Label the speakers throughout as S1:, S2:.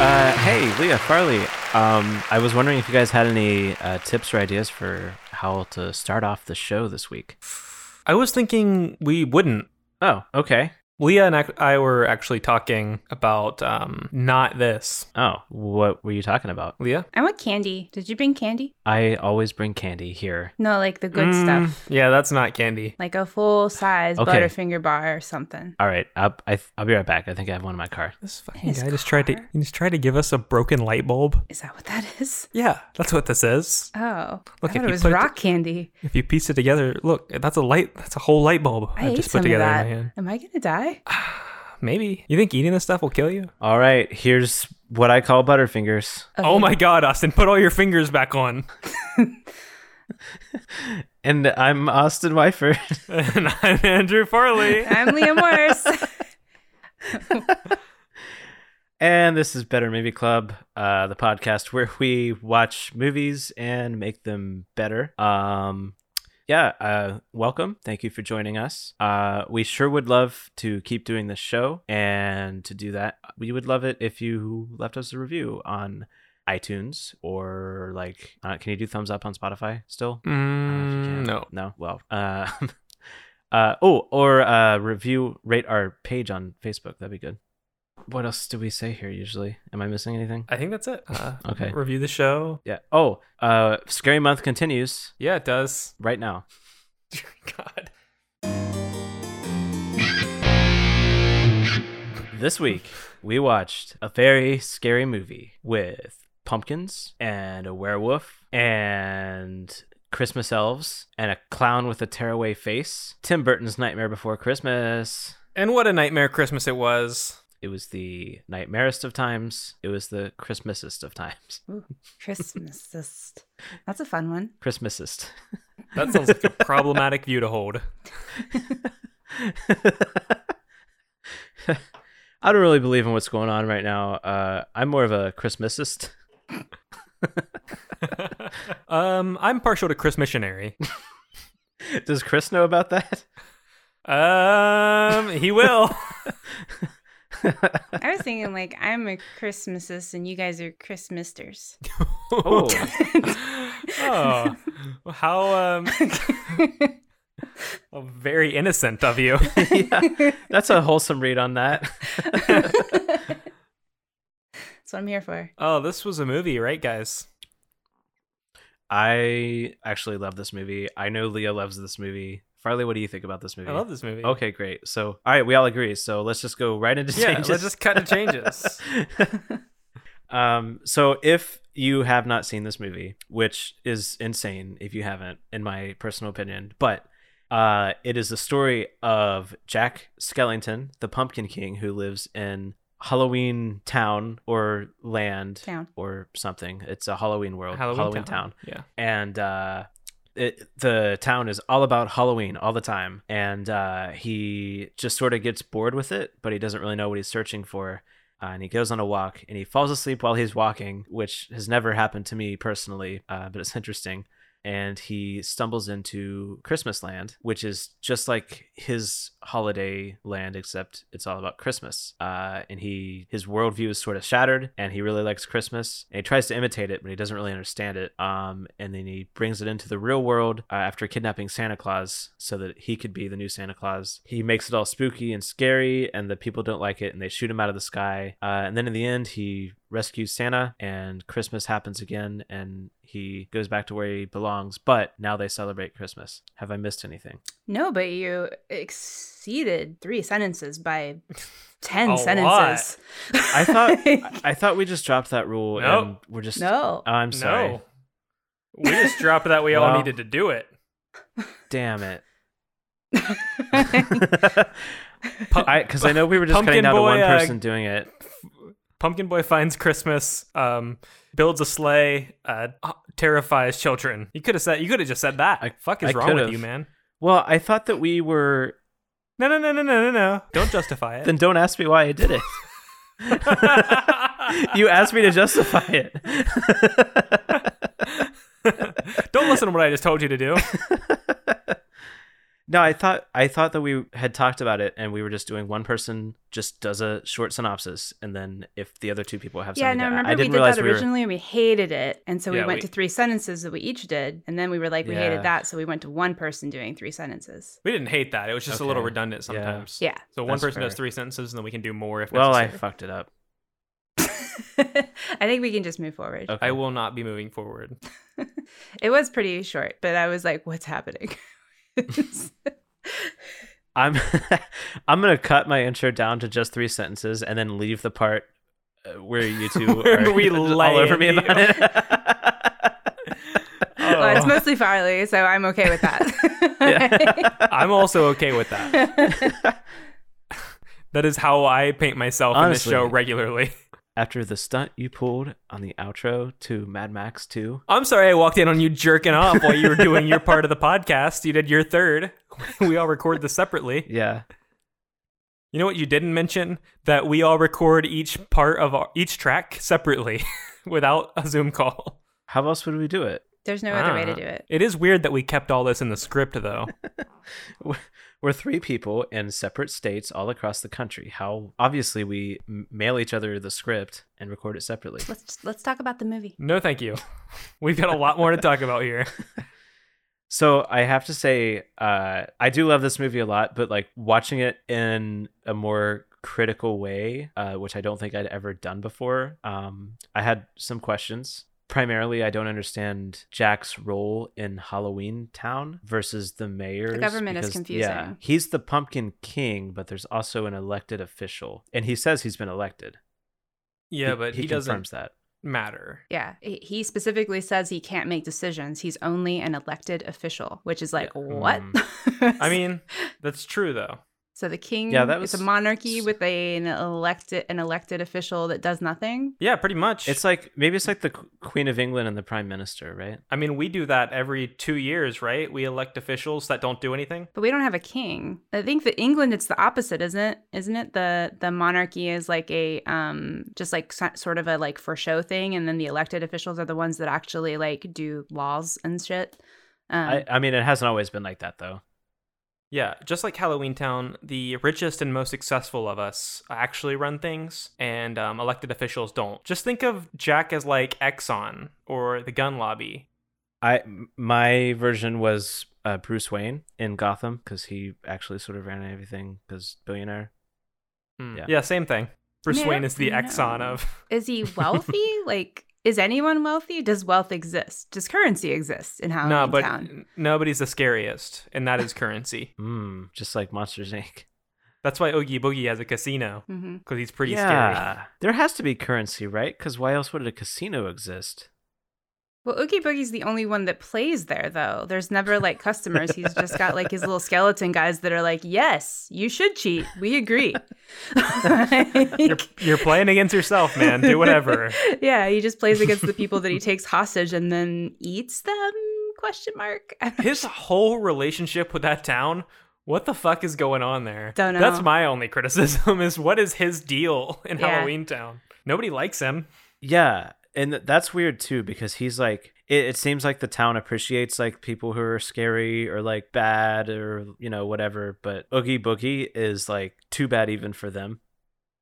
S1: Uh, Hey, Leah Farley. Um, I was wondering if you guys had any uh, tips or ideas for how to start off the show this week.
S2: I was thinking we wouldn't.
S1: Oh, okay.
S2: Leah and ac- I were actually talking about um, not this.
S1: Oh, what were you talking about?
S2: Leah?
S3: I want candy. Did you bring candy?
S1: I always bring candy here.
S3: No, like the good
S2: Mm,
S3: stuff.
S2: Yeah, that's not candy.
S3: Like a full size
S1: Okay.
S3: Butterfinger bar or something.
S1: All right, I'll, I th- I'll be right back. I think I have one in my car.
S2: This fucking
S3: His
S2: guy just tried to
S3: car?
S2: he just tried to give us a broken light bulb.
S3: Is that what that is?
S2: Yeah, that's what this is.
S3: Oh,
S2: Look,
S3: I thought
S2: if you
S3: it was
S2: put it-
S3: rock candy.
S2: If you piece it together, look, that's a light. That's a whole light bulb
S3: I,
S2: I,
S3: ate
S2: just
S3: some
S2: put together
S3: of
S2: in
S3: that.
S2: my hand.
S3: Am I gonna die?
S2: Maybe you think eating this stuff will kill you?
S1: All right, here's what I call butterfingers.
S2: Oh my God, Austin, put all your fingers back on.
S1: And I'm Austin Wyford.
S2: and I'm Andrew Farley.
S3: I'm Liam Morse.
S1: And this is Better Movie Club, uh, the podcast where we watch movies and make them better. Um, yeah, uh, welcome. Thank you for joining us. Uh, we sure would love to keep doing this show. And to do that, we would love it if you left us a review on iTunes or like, uh, can you do thumbs up on Spotify still? I don't know if you
S2: Mm,
S1: can.
S2: no.
S1: No. Well, uh, uh, oh, or uh, review, rate our page on Facebook. That'd be good. What else do we say here usually? Am I missing anything?
S2: I think that's it. Uh,
S1: Okay.
S2: Review the show.
S1: Yeah. Oh, uh, Scary Month continues
S2: Yeah, it does.
S1: right now.
S2: God.
S1: This week, we watched a very scary movie with pumpkins and a werewolf and Christmas elves and a clown with a tearaway face. Tim Burton's Nightmare Before Christmas.
S2: And what a nightmare Christmas it was.
S1: It was the nightmarest of times. It was the Christmasest of times.
S3: Christmasist. That's a fun one.
S1: Christmasest.
S2: That sounds like a problematic view to hold.
S1: I don't really believe in what's going on right now. Uh, I'm more of a Christmasist.
S2: Um, I'm partial to Chris Missionary.
S1: Does Chris know about that?
S2: Um, he will.
S3: I was thinking like I'm a Christmasist and you guys are Christmisters.
S1: Oh,
S2: oh, how um, how very innocent of you.
S1: yeah. That's a wholesome read on that.
S3: That's what I'm here for.
S2: Oh, this was a movie, right, guys?
S1: I actually love this movie. I know Leah loves this movie. Farley, what do you think about this movie?
S2: I love this movie.
S1: Okay, great. So, all right, we all agree. So let's just go right into
S2: Yeah,
S1: changes.
S2: let's just cut to changes.
S1: um, so if you have not seen this movie, which is insane if you haven't, in my personal opinion, but uh, it is the story of Jack Skellington, the Pumpkin King, who lives in Halloween town or land
S3: Town.
S1: or something. It's a Halloween world, Halloween, town
S2: Yeah.
S1: and uh, it, the town is all about Halloween all the time. And uh, he just sort of gets bored with it, but he doesn't really know what he's searching for. Uh, and he goes on a walk and he falls asleep while he's walking, which has never happened to me personally, uh, but it's interesting. And he stumbles into Christmas land, which is just like his holiday land, except it's all about Christmas. Uh, and he his worldview is sort of shattered, and he really likes Christmas. And he tries to imitate it, but he doesn't really understand it. Um, and then he brings it into the real world uh, after kidnapping Santa Claus, so that he could be the new Santa Claus. He makes it all spooky and scary, and the people don't like it, and they shoot him out of the sky. Uh, and then in the end, he rescues Santa, and Christmas happens again, and he goes back to where he belongs. But now they celebrate Christmas. Have I missed anything?
S3: No, but you exceeded three sentences by ten
S2: A
S3: sentences.
S1: I thought I- I thought we just dropped that rule, and
S2: Nope.
S1: we're just
S3: no.
S1: Oh, I'm sorry.
S2: No. We just dropped that we all
S1: Well.
S2: needed to do it.
S1: Damn it.
S3: I
S1: I because I know we were just
S2: Pumpkin
S1: cutting down to
S2: boy,
S1: one
S2: uh,
S1: person doing it.
S2: Pumpkin Boy finds Christmas, um, builds a sleigh, uh, terrifies children. You could have said you could have just said that.
S1: I-
S2: Fuck is
S1: I
S2: wrong
S1: could've.
S2: with you, man?
S1: Well, I thought that we were.
S2: No, no, no, no, no, no, no. Don't justify it.
S1: Then don't ask me why I did it. you asked me to justify it.
S2: Don't listen to what I just told you to do.
S1: No, I thought I thought that we had talked about it, and we were just doing one person just does a short synopsis, and then if the other two people have
S4: Yeah,
S1: something,
S4: no,
S1: to,
S4: remember
S1: I
S4: we
S1: didn't
S4: did
S1: realize
S4: that
S1: we were.
S4: originally and we hated it. And so we
S1: Yeah,
S4: went
S1: we-
S4: to three sentences that we each did. And then we were like, we
S1: Yeah.
S4: hated that. So we went to one person doing three sentences.
S2: We didn't hate that. It was just a little
S1: Okay.
S2: redundant
S1: Yeah.
S2: sometimes.
S4: Yeah.
S2: So one
S1: That's
S2: person does
S1: fair.
S2: three sentences, and then we can do more if
S1: Well, I
S2: necessary.
S1: fucked it up.
S4: I think we can just move forward.
S1: Okay.
S2: I will not be moving forward.
S4: It was pretty short, but I was like, what's happening?
S1: I'm I'm gonna cut my intro down to just three sentences, and then leave the part uh, where you two
S2: Where
S1: are
S2: we lay
S1: all over me
S2: into
S1: about
S2: you.
S1: it.
S4: Well, it's
S2: Oh.
S4: mostly Farley, so I'm okay with that.
S1: Yeah.
S2: I'm also okay with that. That is how I paint myself
S1: Honestly.
S2: in this show regularly.
S1: After the stunt you pulled on the outro to Mad Max 2,
S2: I'm sorry I walked in on you jerking off while you were doing your part of the podcast. You did your third. We all record this separately.
S1: yeah,
S2: You know what you didn't mention? That we all record each part of our, each track separately without a Zoom call.
S1: how else would we do it?
S4: There's no other way to
S2: Ah.
S4: do it.
S2: It is weird that we kept all this in the script, though.
S1: We're three people in separate states all across the country. How obviously we m- mail each other the script and record it separately.
S4: Let's let's talk about the movie.
S2: No, thank you. We've got a lot more to talk about here.
S1: So I have to say, uh, I do love this movie a lot, but like watching it in a more critical way, uh, which I don't think I'd ever done before, um, I had some questions. Primarily, I don't understand Jack's role in Halloween Town versus the mayor.
S4: government is confusing.
S1: he's the Pumpkin King, but there's also an elected official, and he says he's been elected.
S2: Yeah, but he,
S1: confirms
S2: doesn't
S1: that.
S2: matter.
S4: Yeah, he he specifically says he can't make decisions. He's only an elected official, which is like what?
S2: I mean, that's true though.
S4: so the king
S1: Hmm. Yeah, that
S4: it's
S1: was-
S4: a monarchy with a, an elected an elected official that does nothing.
S2: Yeah, pretty much.
S1: It's like maybe it's like the Qu- Queen of England and the Prime Minister, right?
S2: I mean, we do that every two years, right? We elect officials that don't do anything.
S4: But we don't have a king. I think that England it's the opposite, isn't it? Isn't it the the monarchy is like a um just like so- sort of a like for show thing and then the elected officials are the ones that actually like do laws and shit. Um,
S1: I, I mean, it hasn't always been like that though.
S2: Yeah, just like Halloween Town, the richest and most successful of us actually run things, and um, elected officials don't. Just think of Jack as like Exxon or the gun lobby.
S1: I m- my version was uh, Bruce Wayne in Gotham because he actually sort of ran everything because billionaire.
S2: Hmm.
S1: Yeah.
S2: Yeah. same thing. Bruce
S4: mean, I
S2: Wayne
S4: don't
S2: is the Exxon
S4: know.
S2: of.
S4: Is he wealthy? like, is anyone wealthy? Does wealth exist? Does currency exist in Halloween
S2: No, but
S4: Town?
S2: nobody's the scariest, and that is currency.
S1: Mm, just like Monsters Inc.
S2: That's why Oogie Boogie has a casino
S4: hmm
S2: because he's pretty scary.
S1: there has to be currency, right? Because why else would a casino exist?
S4: Well, Oogie Boogie's the only one that plays there, though. There's never like customers. He's just got like his little skeleton guys that are like, "Yes, you should cheat. We agree."
S2: You're, you're playing against yourself, man. Do whatever.
S4: yeah, he just plays against the people that he takes hostage and then eats them? Question mark.
S2: His whole relationship with that town. What the fuck is going on there?
S4: Don't know.
S2: That's my only criticism is what is his deal in
S4: Yeah.
S2: Halloween Town? Nobody likes him.
S1: Yeah, and th- that's weird too because he's like it, it seems like the town appreciates like people who are scary or like bad or you know whatever, but Oogie Boogie is like too bad even for them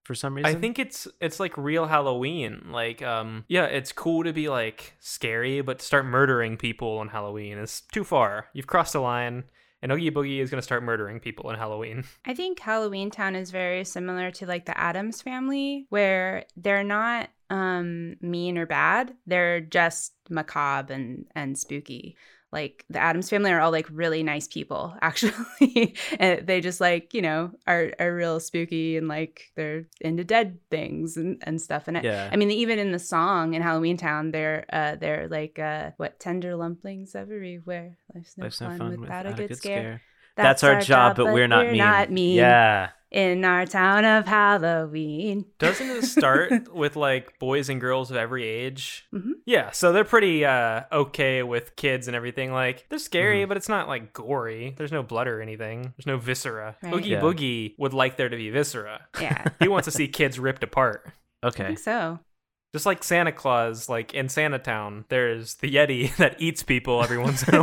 S1: for some reason.
S2: I think it's it's like real Halloween. Like um yeah, it's cool to be like scary, but to start murdering people on Halloween is too far. You've crossed the line. And Oogie Boogie is going to start murdering people on Halloween.
S4: I think Halloween Town is very similar to like the Adams family, where they're not um mean or bad. They're just macabre and and spooky. Like the Adams family are all like really nice people, actually. and they just like, you know, are are real spooky and like they're into dead things and, and stuff. And I-
S1: yeah.
S4: I mean, even in the song in Halloween Town, they're uh, they're like uh, what tender lumplings everywhere. Life's no,
S1: Life's no
S4: fun,
S1: fun
S4: without, a good scare.
S1: scare. That's, our, job, but we're not mean. Yeah.
S4: in our town of Halloween.
S2: Doesn't it start with like boys and girls of every age?
S4: Mhm.
S2: Yeah, so they're pretty uh, okay with kids and everything. Like they're scary,
S1: Mm-hmm.
S2: but it's not like gory. There's no blood or anything. There's no viscera.
S4: Right.
S2: Oogie
S1: Yeah.
S2: Boogie would like there to be viscera.
S4: Yeah,
S2: He wants to see kids ripped apart.
S4: I
S1: Okay.
S4: think so.
S2: Just like Santa Claus, like in Santa Town, there's the Yeti that eats people every once in a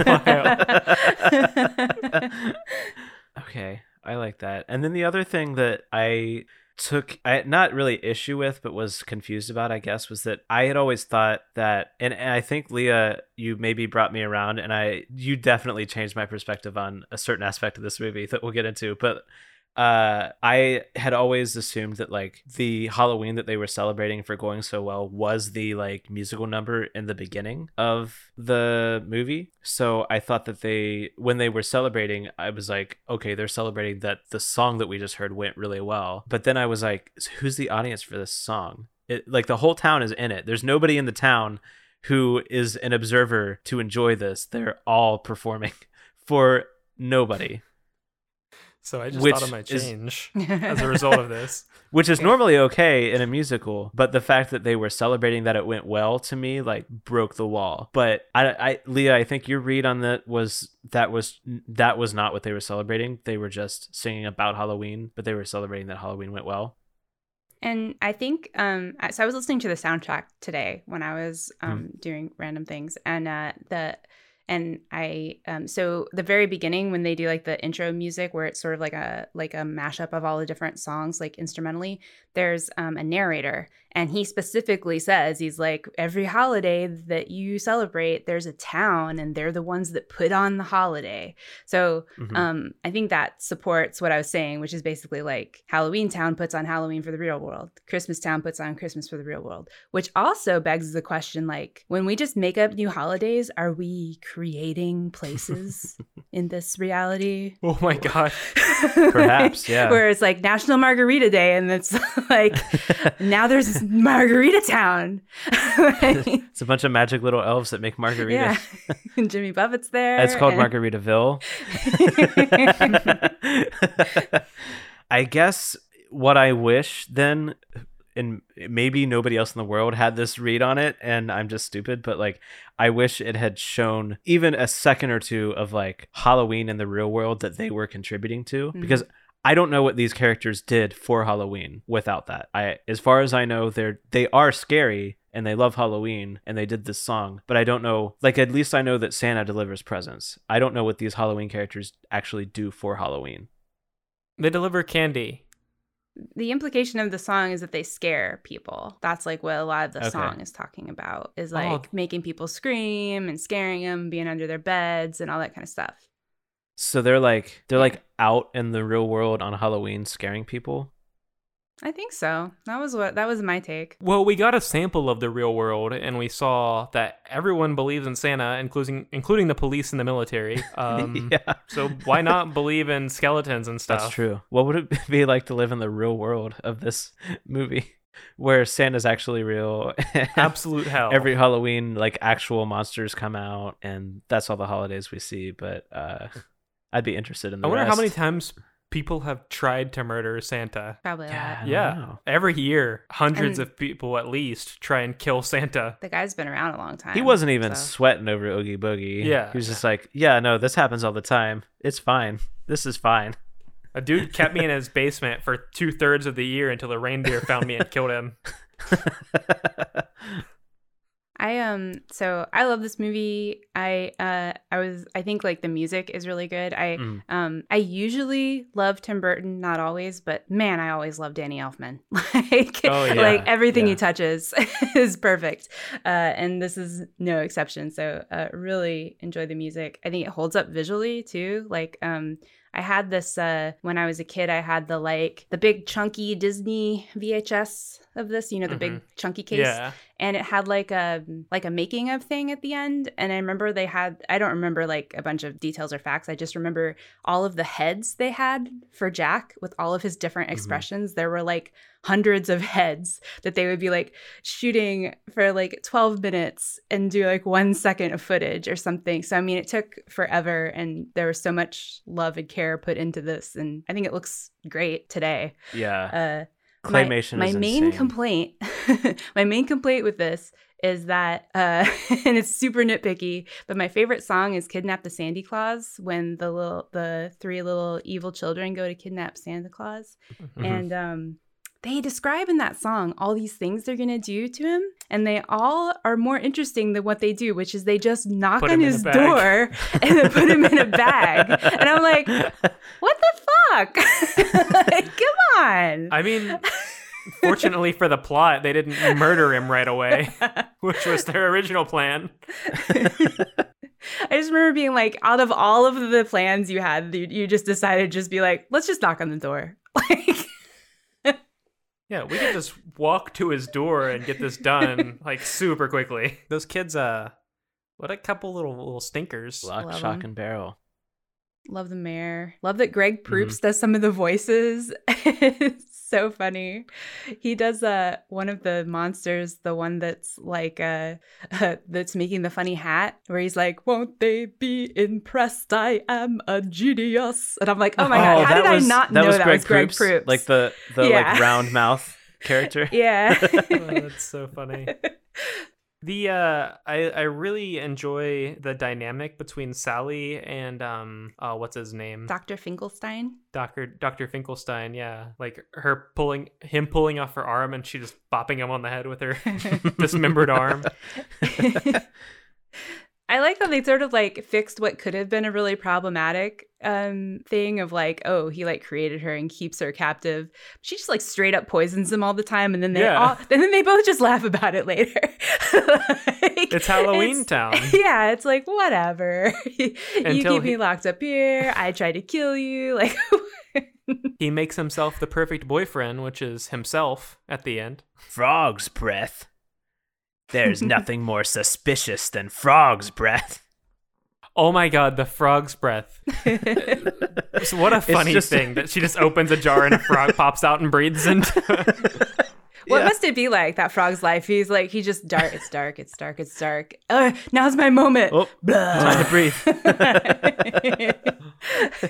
S2: while.
S1: okay, I like that. And then the other thing that I took I not really issue with but was confused about I guess was that I had always thought that and, and I think Leah you maybe brought me around and I you definitely changed my perspective on a certain aspect of this movie that we'll get into but uh I had always assumed that like the Halloween that they were celebrating for going so well was the like musical number in the beginning of the movie so I thought that they when they were celebrating I was like okay they're celebrating that the song that we just heard went really well but then I was like who's the audience for this song it, like the whole town is in it there's nobody in the town who is an observer to enjoy this they're all performing for nobody
S2: So I just
S1: Which
S2: thought of my
S1: is-
S2: change as a result of this.
S1: which is normally okay in a musical but the fact that they were celebrating that it went well to me like broke the wall but i, I leah i think your read on that was that was that was not what they were celebrating they were just singing about halloween but they were celebrating that halloween went well
S4: And I think um, I- so. I was listening to the soundtrack today when I was um, doing random things, and uh, the and I um, so the very beginning when they do like the intro music where it's sort of like a like a mashup of all the different songs like instrumentally. There's um, a narrator, and he specifically says he's like every holiday that you celebrate, there's a town, and they're the ones that put on the holiday. So
S1: Mhm.
S4: um, I think that supports what I was saying, which is basically like Halloween Town puts on Halloween for the real world, Christmas Town puts on Christmas for the real world, which also begs the question like, when we just make up new holidays, are we creating places in this reality?
S2: Oh my gosh.
S1: Perhaps, yeah.
S4: Where it's like National Margarita Day, and it's like now there's Margarita Town.
S1: it's a bunch of magic little elves that make margaritas
S4: yeah, and Jimmy Buffett's there.
S1: It's called
S4: and-
S1: Margaritaville. I guess what I wish then, and maybe nobody else in the world had this read on it, and I'm just stupid, but like, I wish it had shown even a second or two of like Halloween in the real world that they were contributing to,
S4: Mhm.
S1: because I don't know what these characters did for Halloween without that. I as far as I know they're they are scary and they love Halloween and they did this song, but I don't know like at least I know that Santa delivers presents. I don't know what these Halloween characters actually do for Halloween.
S2: They deliver candy.
S4: the implication of the song is that they scare people. That's like what a lot of the
S1: Okay.
S4: song is talking about is
S2: Oh.
S4: like making people scream and scaring them, being under their beds and all that kind of stuff.
S1: So they're like they're
S4: Yeah.
S1: like out in the real world on Halloween scaring people.
S4: I think so. That was what that was my take.
S2: Well, we got a sample of the real world, and we saw that everyone believes in Santa, including including the police and the military. Um,
S1: yeah.
S2: So why not believe in skeletons and stuff?
S1: That's true. What would it be like to live in the real world of this movie where Santa's actually real?
S2: Absolute hell.
S1: every Halloween, like actual monsters come out, and that's all the holidays we see. But uh, I'd be interested in. The
S2: I wonder how
S1: rest.
S2: many times people have tried to murder Santa.
S4: Probably a
S1: Yeah, I
S4: lot.
S1: don't
S2: Yeah.
S1: know.
S2: Every year, hundreds
S4: And-
S2: of people at least try and kill Santa.
S4: The guy's been around a long time.
S1: He wasn't even
S4: so-
S1: sweating over Oogie Boogie.
S2: Yeah.
S1: he was just like, yeah, no, this happens all the time. It's fine. This is fine.
S2: A dude kept me in his basement for two thirds of the year until the reindeer found me and killed him. Oh,
S4: I um so I love this movie. I uh I was I think like the music is really good. I
S1: Mm.
S4: um I usually love Tim Burton, not always, but man, I always love Danny Elfman. like
S2: Oh, yeah.
S4: like everything he
S1: Yeah.
S4: touches is perfect. Uh and this is no exception. So uh really enjoy the music. I think it holds up visually too. Like um I had this uh, when I was a kid. I had the like the big chunky Disney VHS of this, you know, the big chunky case
S2: Mm-hmm. Yeah.
S4: and it had like a like a making of thing at the end and i remember they had i don't remember like a bunch of details or facts i just remember all of the heads they had for jack with all of his different
S1: Mhm.
S4: expressions there were like hundreds of heads that they would be like shooting for like 12 minutes and do like one second of footage or something so i mean it took forever and there was so much love and care put into this and i think it looks great today
S1: yeah,
S4: uh my-
S1: claymation.
S4: My,
S1: is
S4: main
S1: insane.
S4: complaint, my main complaint with this is that, uh, and it's super nitpicky, but my favorite song is "Kidnap the Sandy Claus" when the
S2: Mm-hmm.
S4: little, the three little evil children go to kidnap Santa Claus,
S1: Mhm.
S4: and um, they describe in that song all these things they're gonna do to him, and they all are more interesting than what they do, which is they just knock
S2: Put him
S4: on
S2: in a
S4: his
S2: bag.
S4: door and then put him in a bag. And I'm like, what the fuck? Like, come on.
S2: I mean, fortunately for the plot, they didn't murder him right away, which was their original plan.
S4: I just remember being like, out of all of the plans you had, you, you just decided to just be like, let's just knock on the door. Like,
S2: Yeah, we could just walk to his door and get this done like super quickly. Those kids, uh, what a couple little little stinkers.
S1: Lock,
S4: Love
S1: shock,
S4: him.
S1: and barrel.
S4: love the mayor. Love that Greg Proops does some of the voices. It's so funny. He does uh one of the monsters, the one that's like uh, uh that's making the funny hat, where he's like, "Won't they be impressed? I am a genius." And I'm like, "Oh my god, how did I not know that was Greg Proops?"
S1: Like the the
S4: Yeah.
S1: like round mouth character.
S4: yeah.
S2: Oh, that's so funny. The uh, I I really enjoy the dynamic between Sally and um, uh, what's his name?
S4: Dr. Finkelstein.
S2: Doctor Doctor Finkelstein, yeah, like her pulling him pulling off her arm and she just bopping him on the head with her dismembered arm.
S4: I like how they sort of like fixed what could have been a really problematic um thing of like, oh, he like created her and keeps her captive. She just like straight up poisons him all the time, and then they
S2: Yeah.
S4: all and then they both just laugh about it later. Like,
S2: It's Halloween
S4: it's-
S2: Town.
S4: Yeah, it's like whatever. you
S2: Until
S4: keep
S2: he-
S4: me locked up here. I try to kill you. Like,
S2: He makes himself the perfect boyfriend, which is himself at the end.
S1: frog's breath. There's nothing more suspicious than frog's breath.
S2: Oh my god, the frog's breath. So what a funny
S1: just-
S2: thing that she just opens a jar and a frog pops out and breathes into
S4: What
S1: Yeah.
S4: must it be like that frog's life? He's like he just dark. It's dark. It's dark. It's dark. Uh, now's my moment.
S1: Oh, time to breathe.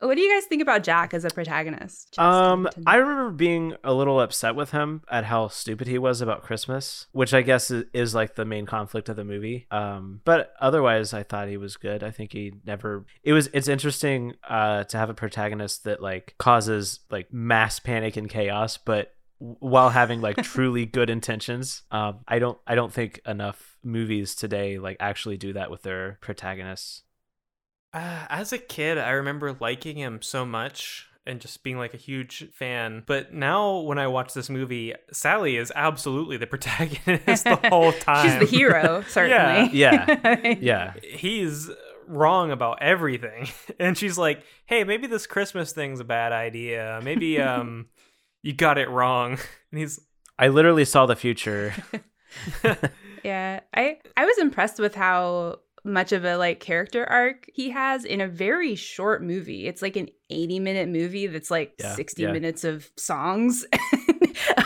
S4: what do you guys think about Jack as a protagonist?
S1: Um, I remember being a little upset with him at how stupid he was about Christmas, which I guess is, is like the main conflict of the movie. Um, but otherwise, I thought he was good. I think he never. It was. It's interesting uh, to have a protagonist that like causes like mass panic and chaos, but w- while having like truly good intentions. Um, I don't. I don't think enough movies today like actually do that with their protagonists.
S2: Uh, as a kid, I remember liking him so much and just being like a huge fan. But now, when I watch this movie, Sally is absolutely the protagonist the whole
S4: she's
S2: time.
S4: the hero, certainly.
S1: Yeah. Yeah.
S2: He's wrong about everything, and she's like, "Hey, maybe this Christmas thing's a bad idea. Maybe um, you got it wrong." And he's
S1: I literally saw the future.
S4: Yeah, I I was impressed with how much of a like character arc he has in a very short movie. It's like an 80 minute movie that's like
S1: Yeah,
S4: 60
S1: yeah.
S4: minutes of songs.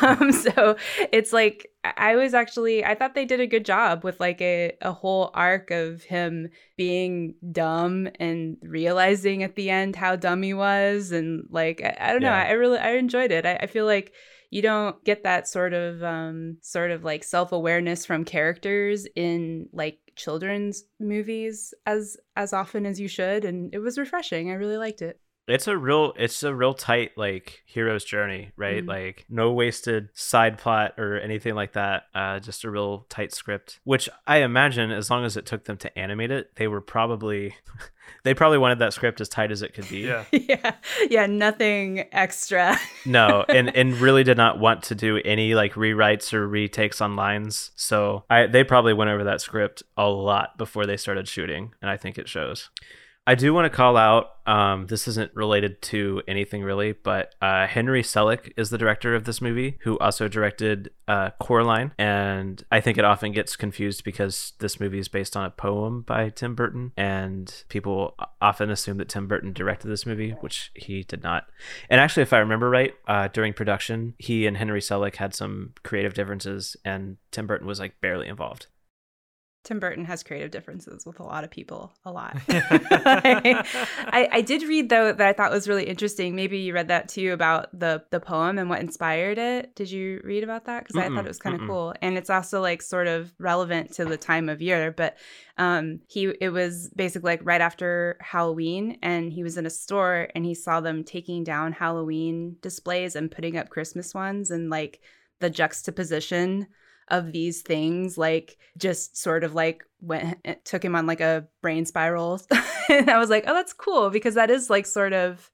S4: um so it's like I I was actually I thought they did a good job with like a a whole arc of him being dumb and realizing at the end how dumb he was and like I, I don't know,
S1: Yeah.
S4: I really I enjoyed it. I, I feel like you don't get that sort of um sort of like self-awareness from characters in like children's movies as as often as you should and it was refreshing i really liked it
S1: it's a real it's a real tight like hero's journey right
S4: Mhm.
S1: like no wasted side plot or anything like that uh just a real tight script which i imagine as long as it took them to animate it they were probably they probably wanted that script as tight as it could be
S2: yeah.
S4: yeah yeah nothing extra
S1: no and and really did not want to do any like rewrites or retakes on lines so i they probably went over that script a lot before they started shooting and i think it shows i do want to call out um, this isn't related to anything really but uh, henry selick is the director of this movie who also directed uh, coraline and i think it often gets confused because this movie is based on a poem by tim burton and people o- often assume that tim burton directed this movie which he did not and actually, if I remember right, uh, during production, he and Henry Selick had some creative differences, and Tim Burton was like barely involved.
S4: Tim Burton has creative differences with a lot of people, a lot. I, I did read though that I thought was really interesting. Maybe you read that too about the the poem and what inspired it. Did you read about that? Because I
S1: Mm-mm,
S4: thought it was kind of
S1: mm-mm.
S4: cool, and it's also like sort of relevant to the time of year. But um, he it was basically like right after Halloween, and he was in a store and he saw them taking down Halloween displays and putting up Christmas ones, and like the juxtaposition of these things like just sort of like went it took him on like a brain spiral and i was like oh that's cool because that is like sort of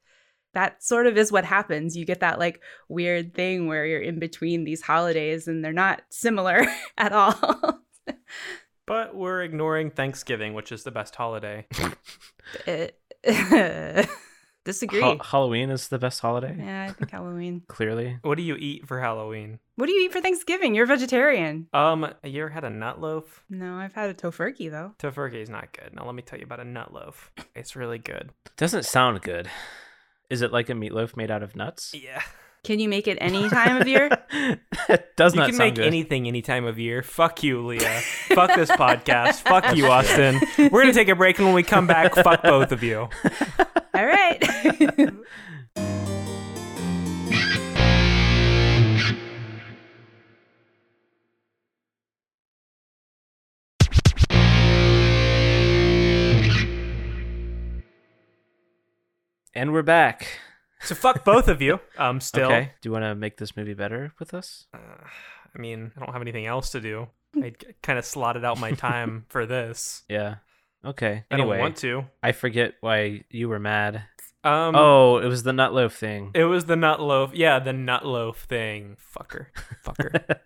S4: that sort of is what happens you get that like weird thing where you're in between these holidays and they're not similar at all
S2: But we're ignoring Thanksgiving, which is the best holiday.
S4: It- disagree
S1: Ha- Halloween is the best holiday.
S4: Eh, yeah i think halloween
S1: Clearly,
S2: What do you eat for Halloween?
S4: what do you eat for thanksgiving you're a vegetarian
S2: Um, you ever had a nut loaf?
S4: no i've had a tofurkey though
S2: Tofurkey is not good. Now let me tell you about a nut loaf. It's really good.
S1: doesn't sound good. Is it like a meatloaf made out of nuts?
S2: Yeah.
S4: can you make it any time of year
S1: it does
S2: you
S1: not
S2: can
S1: sound
S2: make
S1: good.
S2: anything any time of year. Fuck you, Leah. fuck this podcast. Fuck you, Austin. We're gonna take a break, and when we come back, fuck both of you.
S4: all right
S1: and we're back.
S2: So fuck both of you. Um, still.
S1: Okay. Do you want to make this movie better with us?
S2: Uh, I mean, I don't have anything else to do. I kind of slotted out my time for this.
S1: Yeah. Okay.
S2: I don't
S1: Anyway,
S2: want to.
S1: I forget why you were mad.
S2: Um,
S1: oh, it was the nut loaf thing.
S2: It was the nut loaf. Yeah, the nut loaf thing. Fucker. Fucker.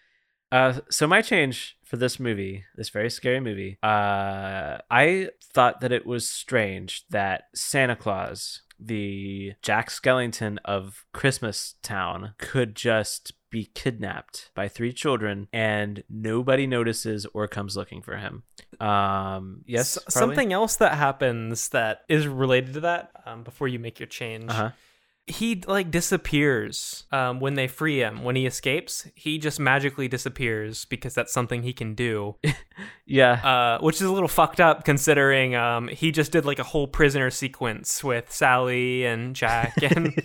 S1: uh, so my change for this movie, this very scary movie, uh, I thought that it was strange that Santa Claus, the Jack Skellington of Christmas Town, could just be kidnapped by three children and nobody notices or comes looking for him. Um, yes,
S2: S-
S1: probably?
S2: something else that happens that is related to that um, before you make your change.
S1: Uh-huh.
S2: He like disappears um, when they free him. When he escapes, he just magically disappears because that's something he can do.
S1: Yeah.
S2: uh, which is a little fucked up considering um, he just did like a whole prisoner sequence with Sally and Jack, and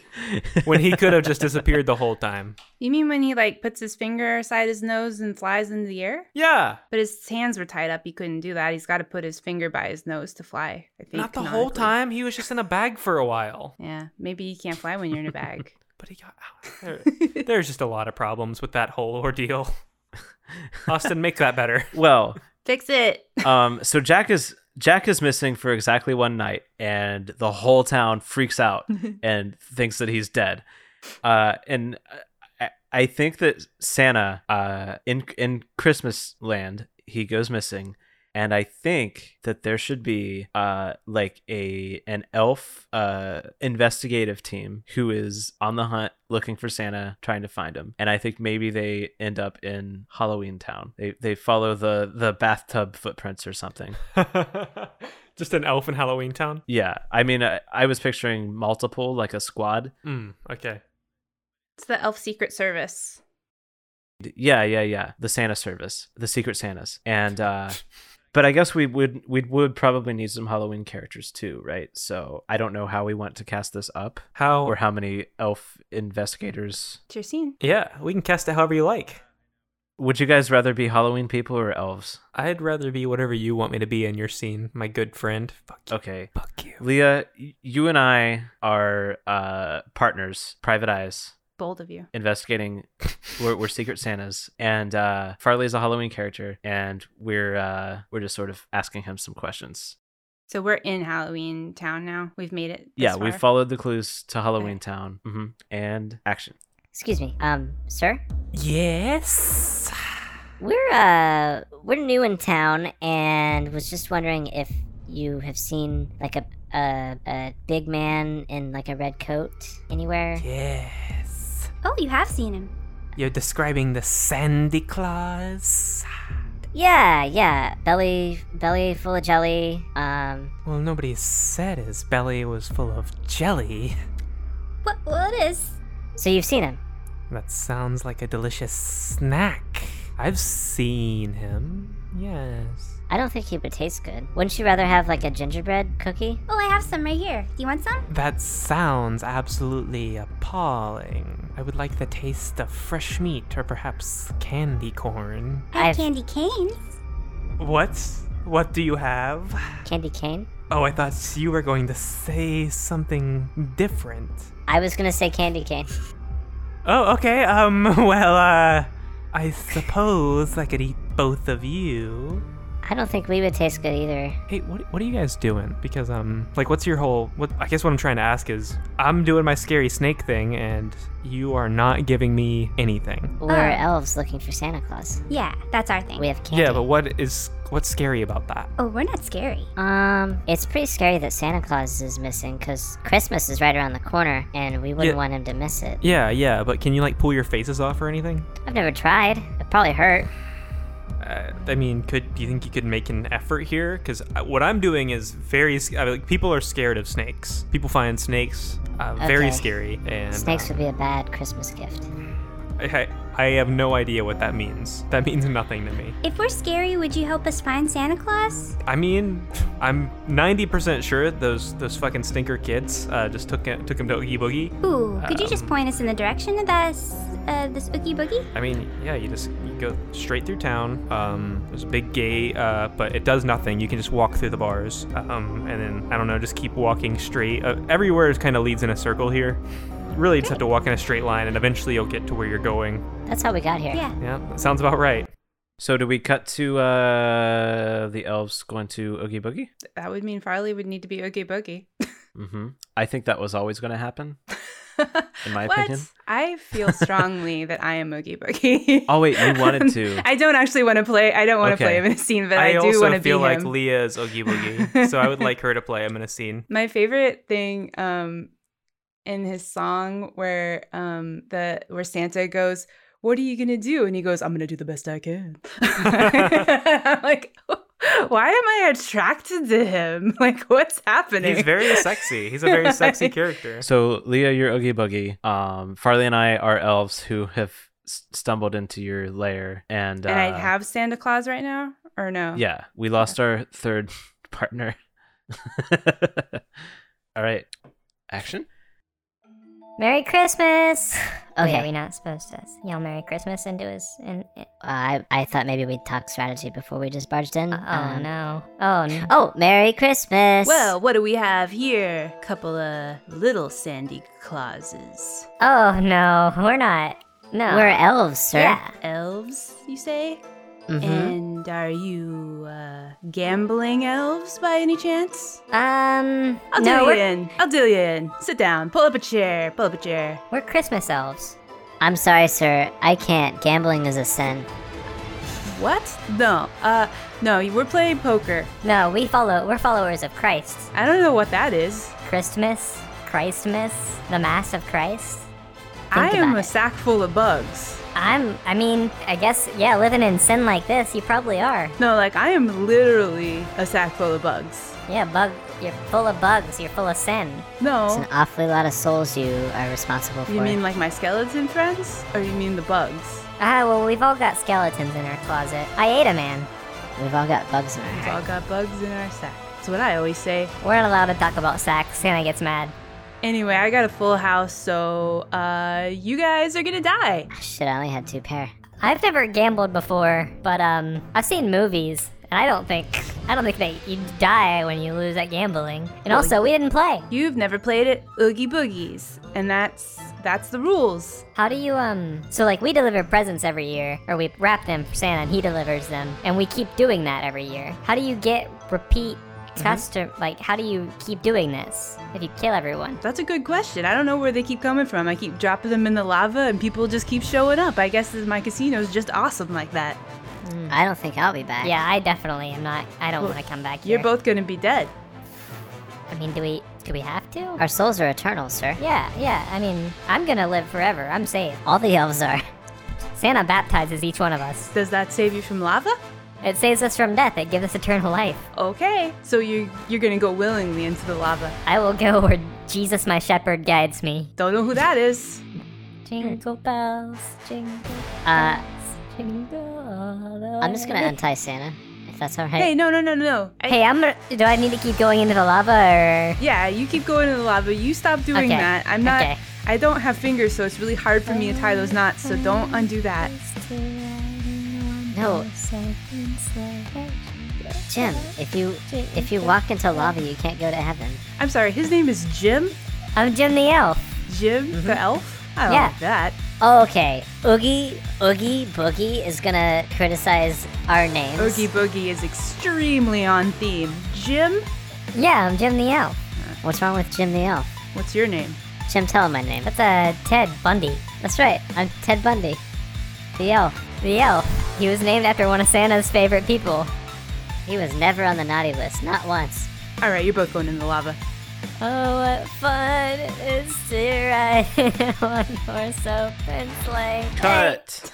S2: when he could have just disappeared the whole time.
S4: You mean when he like puts his finger aside his nose and flies into the air?
S2: Yeah,
S4: But his hands were tied up. He couldn't do that. He's got to put his finger by his nose to fly. I think
S2: not the whole
S4: canonically.
S2: time. He was just in a bag for a while,
S4: Yeah, maybe you can't fly when you're in a bag.
S2: but he got out. There, there's just a lot of problems with that whole ordeal. Austin, make that better.
S1: well,
S4: Fix it.
S1: um so jack is jack is missing for exactly one night and the whole town freaks out and thinks that he's dead uh and i, I think that santa uh in in christmas land he goes missing and I think that there should be uh, like a an elf uh, investigative team who is on the hunt looking for Santa, trying to find him. And I think maybe they end up in Halloween Town. They they follow the the bathtub footprints or something.
S2: just an elf in Halloween Town.
S1: Yeah, I mean, I, I was picturing multiple like a squad.
S2: Mm, okay.
S4: It's the Elf Secret Service.
S1: Yeah, yeah, yeah. The Santa service, the Secret Santas, and. uh but I guess we would we would probably need some Halloween characters too, right? So I don't know how we want to cast this up.
S2: How?
S1: or how many elf investigators
S4: It's your scene.
S2: yeah, we can cast it however you like.
S1: would you guys rather be halloween people or elves
S2: I'd rather be whatever you want me to be in your scene, my good friend. Fuck you.
S1: okay
S2: Fuck you.
S1: leah y- you and i are uh, partners private eyes
S4: Bold of you.
S1: investigating we're, we're secret santas and uh, farley is a halloween character and we're uh, we're just sort of asking him some questions
S4: So we're in Halloween Town now. We've made it. this
S1: yeah we
S4: far.
S1: followed the clues to halloween
S4: Okay.
S1: town hmm and action
S5: Excuse me, um, sir?
S2: Yes.
S5: We're, uh, we're new in town and was just wondering if you have seen, like, a, a, a big man in, like, a red coat anywhere?
S2: Yes.
S5: Oh, you have seen him.
S2: You're describing the Sandy Claus.
S5: Yeah, yeah. Belly, belly full of jelly. Um,
S2: Well, nobody said his belly was full of jelly.
S5: what, what is? So you've seen him.
S2: That sounds like a delicious snack. I've seen him. Yes.
S5: I don't think he would taste good. Wouldn't you rather have like a gingerbread cookie?
S6: Oh, I have some right here. Do you want some?
S2: That sounds absolutely appalling. I would like the taste of fresh meat or perhaps candy corn.
S6: I have
S5: I've-
S6: candy canes.
S2: What? What do you have?
S5: Candy cane?
S2: Oh, I thought you were going to say something different.
S5: I was gonna say candy cane.
S2: Oh, okay. Um, well, uh, I suppose I could eat both of you.
S5: I don't think we would taste good either.
S2: Hey, what, what are you guys doing? Because um, like, what's your whole? What I guess what I'm trying to ask is, I'm doing my scary snake thing, and you are not giving me anything.
S5: We're
S6: Alright.
S5: elves looking for Santa Claus.
S6: Yeah, that's our thing.
S5: We have candy.
S2: Yeah, but what is what's scary about that?
S6: oh, we're not scary.
S5: Um, it's pretty scary that Santa Claus is missing because Christmas is right around the corner and we wouldn't
S2: Yeah.
S5: want him to miss it.
S2: Yeah, yeah, but can you like pull your faces off or anything?
S5: I've never tried. It probably hurt.
S2: Uh, I mean, could do you think you could make an effort here? Because what I'm doing is very. sc- I mean, like, people are scared of snakes. People find snakes uh, very
S5: Okay.
S2: scary, and
S5: Snakes
S2: um,
S5: would be a bad Christmas gift.
S2: I, I I have no idea what that means. That means nothing to me.
S6: If we're scary, would you help us find Santa Claus?
S2: I mean, I'm 90% sure those those fucking stinker kids uh, just took it- took him to Oogie Boogie.
S6: Ooh, could you just
S2: Um,
S6: point us in the direction of that, s- uh, this oogie boogie?
S2: I mean, yeah, you just you go straight through town. Um, there's a big gate, uh, but it does nothing. You can just walk through the bars, um, and then I don't know, just keep walking straight. Uh, everywhere kind of leads in a circle here. You really just have to walk in a straight line, and eventually you'll get to where you're going.
S5: That's how we got here.
S6: Yeah.
S2: Yeah, that sounds about right.
S1: So do we cut to uh the elves going to Oogie Boogie?
S3: That would mean Farley would need to be Oogie Boogie.
S1: Mm-hmm. I think that was always going to happen. In my
S3: What?
S1: opinion.
S3: I feel strongly that I am Oogie Boogie.
S1: Oh wait, you wanted to.
S3: I don't actually want to play. I don't want
S1: Okay.
S3: to play him in a scene, but I, do
S2: also
S3: want to be
S2: feel like
S3: him.
S2: Leah is Oogie Boogie, so I would like her to play him in a scene.
S3: My favorite thing um in his song where um the where Santa goes, "What are you going to do?" and he goes, "I'm going to do the best I can." I'm like, "Why am I attracted to him? Like what's happening?"
S2: He's very sexy. He's a very sexy
S3: Right.
S2: character.
S1: So Leah, you're Oogie Boogie. Um, Farley and I are elves who have s- stumbled into your lair,
S3: And
S1: and uh,
S3: I have Santa Claus right now or no?
S1: Yeah, we lost our third partner. All right, action.
S6: Merry Christmas.
S5: Okay.
S6: Wait, are we not supposed to yell Merry Christmas into his? In, in,
S5: Uh, I, I thought maybe we'd talk strategy before we just barged in.
S6: oh
S5: Um,
S6: no. Oh no.
S5: Oh, Merry Christmas!
S4: Well, what do we have here? Couple of little Sandy Clauses.
S6: Oh no. We're not. No.
S5: we're elves, sir.
S6: Yeah.
S4: Elves, you say?
S6: Mm-hmm.
S5: hmm
S4: And are you uh, gambling elves by any chance?
S6: Um.
S4: I'll
S6: no,
S4: do you
S6: we're,
S4: in. I'll do you in. Sit down. Pull up a chair. Pull up a chair.
S6: we're Christmas elves.
S5: I'm sorry, sir. I can't. Gambling is a sin.
S4: What? No. Uh, no. We're playing poker.
S6: No, we follow. We're followers of Christ.
S4: I don't know what that is.
S6: Christmas. Christmas. The Mass of Christ.
S4: I am
S6: about
S4: a
S6: it.
S4: sack full of bugs.
S6: I'm. I mean, I guess. Yeah. Living in sin like this, you probably are.
S4: No, like I am literally a sack full of bugs.
S6: Yeah. Bug. You're full of bugs. You're full of sin.
S5: It's
S4: No.
S5: an awfully lot of souls you are responsible for.
S4: You mean like my skeleton friends? Or you mean the bugs?
S6: Ah, well, we've all got skeletons in our closet. I ate a man.
S5: We've all got bugs in our
S4: We've
S5: hair.
S4: all got bugs in our sack. That's what I always say.
S6: We're not allowed to talk about sex. Santa gets mad.
S4: Anyway, I got a full house, so uh, you guys are gonna die.
S5: Shit, I only had two pair.
S6: I've never gambled before, but um, I've seen movies, and I don't think I don't think that you die when you lose at gambling. And also, we didn't play.
S4: You've never played it, Oogie Boogies, and that's that's the rules.
S6: How do you um? So like, we deliver presents every year, or we wrap them for Santa, and he delivers them, and we keep doing that every year. How do you get repeat custom? Like, how do you keep doing this if you kill everyone?
S4: That's a good question. I don't know where they keep coming from. I keep dropping them in the lava, and people just keep showing up. I guess that my casino's just awesome like that.
S5: I don't think I'll be back.
S6: Mm. Yeah, I definitely am not. I don't want to come back here.
S4: You're both gonna be dead.
S6: I mean, do we? Do we have to?
S5: Our souls are eternal, sir.
S6: Yeah, yeah. I mean, I'm gonna live forever. I'm safe.
S5: All the elves are.
S6: Santa baptizes each one of us.
S4: Does that save you from lava?
S6: It saves us from death. It gives us eternal life.
S4: Okay, so you you're gonna go willingly into the lava.
S6: I will go where Jesus, my shepherd, guides me.
S4: Don't know who that is.
S6: Jingle bells, jingle.
S5: Uh,
S6: I'm
S5: just gonna untie Santa, if that's all right.
S4: Hey, no, no, no, no, no. I-
S6: uh, Hey, I'm gonna. Do I need to keep going into the lava or?
S4: yeah, you keep going to the lava. You stop doing
S6: Okay.
S4: that. I'm not.
S6: Okay.
S4: I don't have fingers, so it's really hard for me to tie those knots. So don't undo that.
S6: No.
S5: Jim, if you if you walk into lava, you can't go to heaven.
S4: I'm sorry. His name is Jim.
S6: I'm Jim the elf.
S4: Jim the elf. I don't
S6: Yeah.
S4: like that.
S5: Oh, okay. Oogie Oogie Boogie is gonna criticize our names.
S4: Oogie Boogie is extremely on theme. Jim,
S6: Yeah, I'm Jim the elf.
S5: What's wrong with Jim the Elf?
S4: what's your name?
S5: Jim, tell him my name.
S6: That's uh, Ted Bundy.
S5: That's right. I'm Ted Bundy, the elf.
S6: The elf. He was named after one of Santa's favorite people.
S5: He was never on the naughty list, not once.
S4: All right, you're both going in the lava.
S6: Oh, what fun it is to ride in one horse open sleigh.
S1: Cut.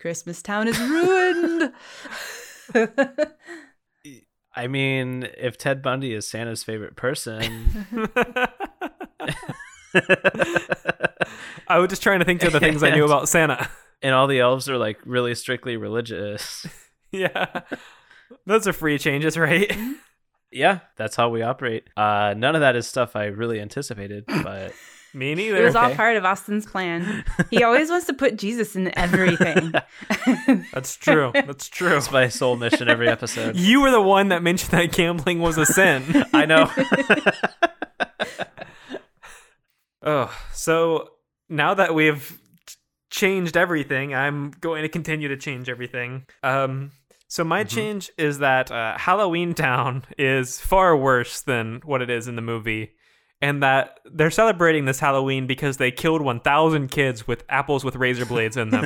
S4: Christmas Town is ruined.
S1: I mean, if Ted Bundy is Santa's favorite person,
S2: I was just trying to think of the things I knew about Santa.
S1: and all the elves are like really strictly religious,
S2: yeah. Those are free changes, right?
S4: Mm-hmm.
S1: yeah, that's how we operate. Uh, none of that is stuff I really anticipated, but
S2: Me
S4: it
S2: neither.
S4: was all
S1: okay.
S4: part of Austin's plan. He always wants to put Jesus in everything.
S2: That's true. That's true.
S1: it's my sole mission every episode.
S2: You were the one that mentioned that gambling was a sin.
S1: I know.
S2: oh, so now that we've ch- changed everything, I'm going to continue to change everything. Um, so my change is that uh, Halloween Town is far worse than what it is in the movie, and that they're celebrating this Halloween because they killed 1,000 kids with apples with razor blades in them,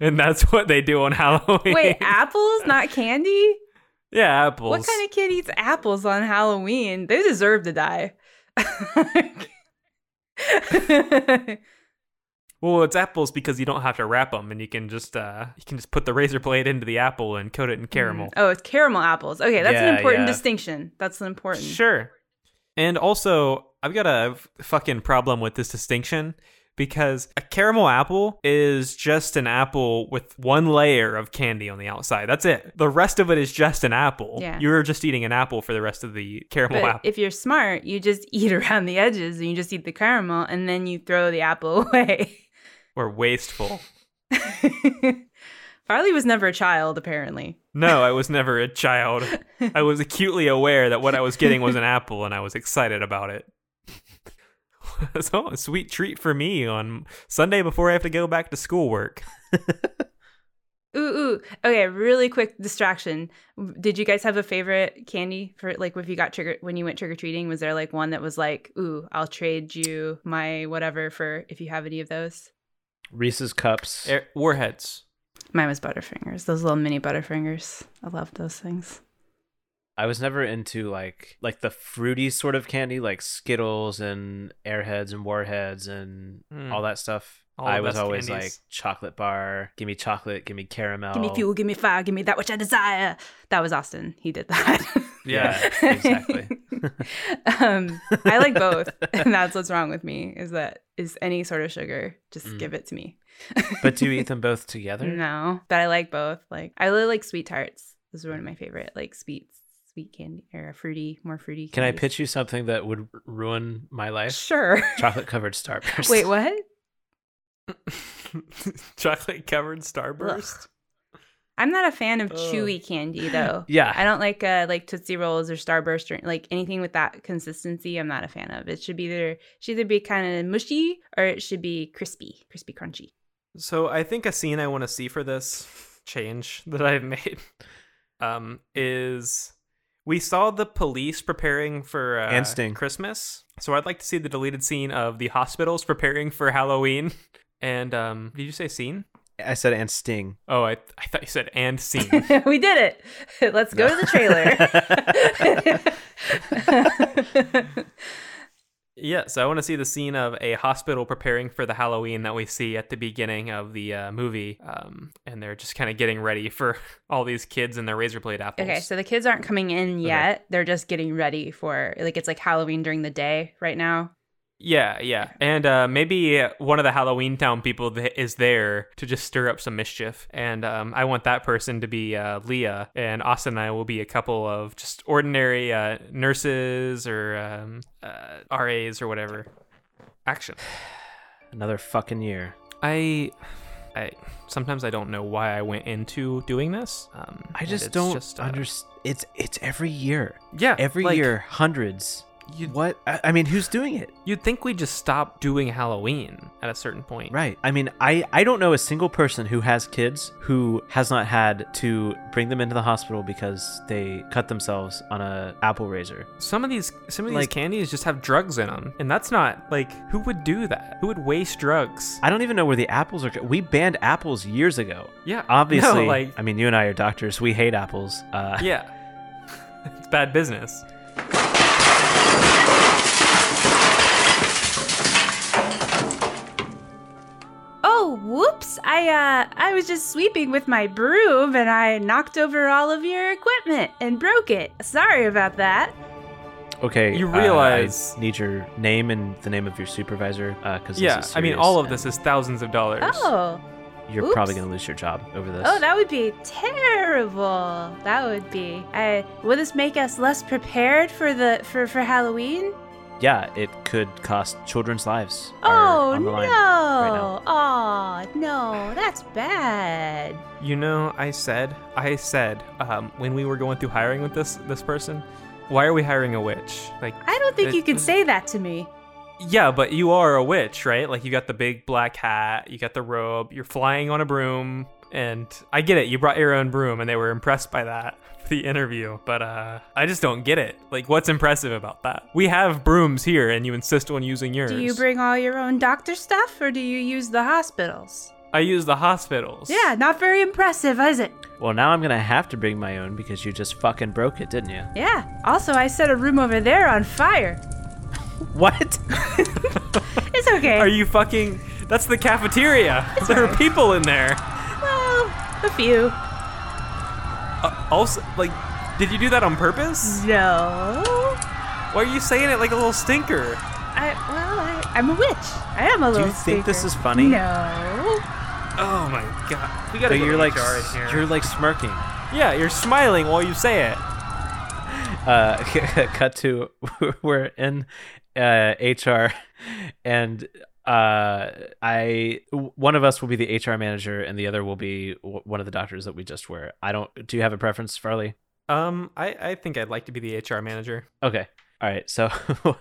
S2: and that's what they do on Halloween.
S4: Wait, apples, not candy?
S2: yeah, apples.
S4: What kind of kid eats apples on Halloween? They deserve to die.
S2: Well, it's apples because you don't have to wrap them, and you can just uh, you can just put the razor blade into the apple and coat it in caramel.
S4: oh, it's caramel apples. Okay, that's an
S1: Yeah,
S4: important
S1: yeah.
S4: distinction. That's an important.
S2: Sure. And also, I've got a f- fucking problem with this distinction because a caramel apple is just an apple with one layer of candy on the outside. That's it. The rest of it is just an apple.
S4: Yeah.
S2: You're just eating an apple for the rest of the caramel
S4: But
S2: apple.
S4: if you're smart, you just eat around the edges and you just eat the caramel and then you throw the apple away.
S2: or wasteful.
S4: Farley was never a child, apparently.
S2: No, I was never a child. I was acutely aware that what I was getting was an apple and I was excited about it. so, a sweet treat for me on Sunday before I have to go back to schoolwork.
S4: Ooh, ooh. Okay, really quick distraction. W- Did you guys have a favorite candy for like if you got trigger when you went trick or treating? Was there like one that was like, ooh, I'll trade you my whatever for if you have any of those?
S1: Reese's cups.
S2: Er, warheads.
S4: Mine was Butterfingers, those little mini Butterfingers. I love those things.
S1: I was never into like like the fruity sort of candy, like Skittles and Airheads and Warheads and
S2: Mm.
S1: all that stuff.
S2: All the
S1: I was
S2: best
S1: always
S2: candies.
S1: like chocolate bar, give me chocolate, give me caramel.
S4: Give me fuel, give me fire, give me that which I desire. That was Austin. He did that.
S1: Yeah, exactly.
S4: um, I like both, and that's what's wrong with me is that is any sort of sugar, just
S1: Mm.
S4: give it to me.
S1: But do you eat them both together?
S4: No, but I like both. Like I really like sweet tarts. Those are one of my favorite, like sweet, sweet candy or fruity, more fruity.
S1: Can I
S4: candies.
S1: pitch you something that would r- ruin my life?
S4: Sure.
S1: Chocolate covered starburst.
S4: Wait, what?
S2: Chocolate covered starburst.
S4: I'm not a fan of
S2: Ugh.
S4: chewy candy though.
S1: Yeah.
S4: I don't like uh, like Tootsie Rolls or Starburst or like anything with that consistency. I'm not a fan of. It should be either should either be kind of mushy or it should be crispy, crispy crunchy.
S2: So I think a scene I want to see for this change that I've made um, is we saw the police preparing for uh,
S1: And Sting.
S2: Christmas. So I'd like to see the deleted scene of the hospitals preparing for Halloween. And um, did you say scene?
S1: I said and sting.
S2: Oh, I, I thought you said and scene.
S4: we did it. Let's go to the trailer.
S2: yeah, so I want to see the scene of a hospital preparing for the Halloween that we see at the beginning of the uh, movie. Um, and they're just kind of getting ready for all these kids and their razor blade apples.
S4: okay, so the kids aren't coming in yet. They're just getting ready for like it's like Halloween during the day right now.
S2: Yeah, yeah. And uh, maybe one of the Halloween Town people th- is there to just stir up some mischief. And um, I want that person to be uh, Leah, and Austin and I will be a couple of just ordinary uh, nurses or um, uh, RAs or whatever. Action.
S1: Another fucking year.
S2: I. I sometimes I don't know why I went into doing this. Um,
S1: I
S2: and
S1: just
S2: it's
S1: don't
S2: uh,
S1: understand. It's it's every year.
S2: Yeah,
S1: Every
S2: like,
S1: year, hundreds.
S2: You'd,
S1: What? I, I mean, who's doing it?
S2: you'd think we just stop doing Halloween at a certain point,
S1: Right. I mean, I, I don't know a single person who has kids who has not had to bring them into the hospital because they cut themselves on a apple razor.
S2: Some of these some of these
S1: Like-
S2: candies just have drugs in them, and that's not like who would do that? Who would waste drugs?
S1: I don't even know where the apples are. We banned apples years ago.
S2: Yeah,
S1: Obviously,
S2: no, like
S1: I mean, you and I are doctors. We hate apples. Uh,
S2: yeah, it's bad business.
S4: Oh, whoops! I uh, I was just sweeping with my broom and I knocked over all of your equipment and broke it. Sorry about that.
S1: Okay.
S2: You
S1: uh, I
S2: realize-
S1: need your name and the name of your supervisor uh, because
S2: Yeah, I mean all of this is thousands of dollars.
S4: Oh,
S1: You're
S4: oops.
S1: probably gonna lose your job over this.
S4: oh, that would be terrible. That would be. I will this make us less prepared for the for for Halloween?
S1: yeah, it could cost children's lives. are
S4: Oh
S1: on the
S4: no!
S1: line.
S4: oh no, that's bad.
S2: You know, I said, I said, um, when we were going through hiring with this this person, why are we hiring a witch? Like,
S4: I don't think
S2: It-
S4: you can say that to me.
S2: yeah, but you are a witch, right? Like, you got the big black hat, you got the robe, you're flying on a broom, and I get it. You brought your own broom, and they were impressed by that for the interview. But uh, I just don't get it. Like, what's impressive about that? We have brooms here, and you insist on using yours.
S4: Do you bring all your own doctor stuff or do you use the hospitals?
S2: I use the hospitals.
S4: Yeah, not very impressive, is it?
S1: Well, now I'm gonna have to bring my own because you just fucking broke it, didn't you?
S4: Yeah. Also, I set a room over there on fire.
S1: What?
S4: It's okay.
S2: Are you fucking? That's the cafeteria. there are people in there.
S4: Well, a few.
S2: Uh, also, like, did you do that on
S4: Mm.
S2: purpose?
S4: No.
S2: Why are you saying it like a little stinker?
S4: I well, I, I'm a witch. I am a
S1: Do
S4: little.
S1: you think this
S4: stinker.
S1: is funny?
S4: No.
S2: Oh my god, we
S1: So
S2: gotta go
S1: you're
S2: to
S1: like
S2: HR in
S1: s-
S2: here.
S1: you're like smirking.
S2: yeah, you're smiling while you say it.
S1: Uh, cut to we're in uh, HR, and uh, I w- one of us will be the HR manager, and the other will be w- one of the doctors that we just were. I don't. Do you have a preference, Farley?
S2: Um, I I think I'd like to be the HR manager.
S1: Okay. All right. So,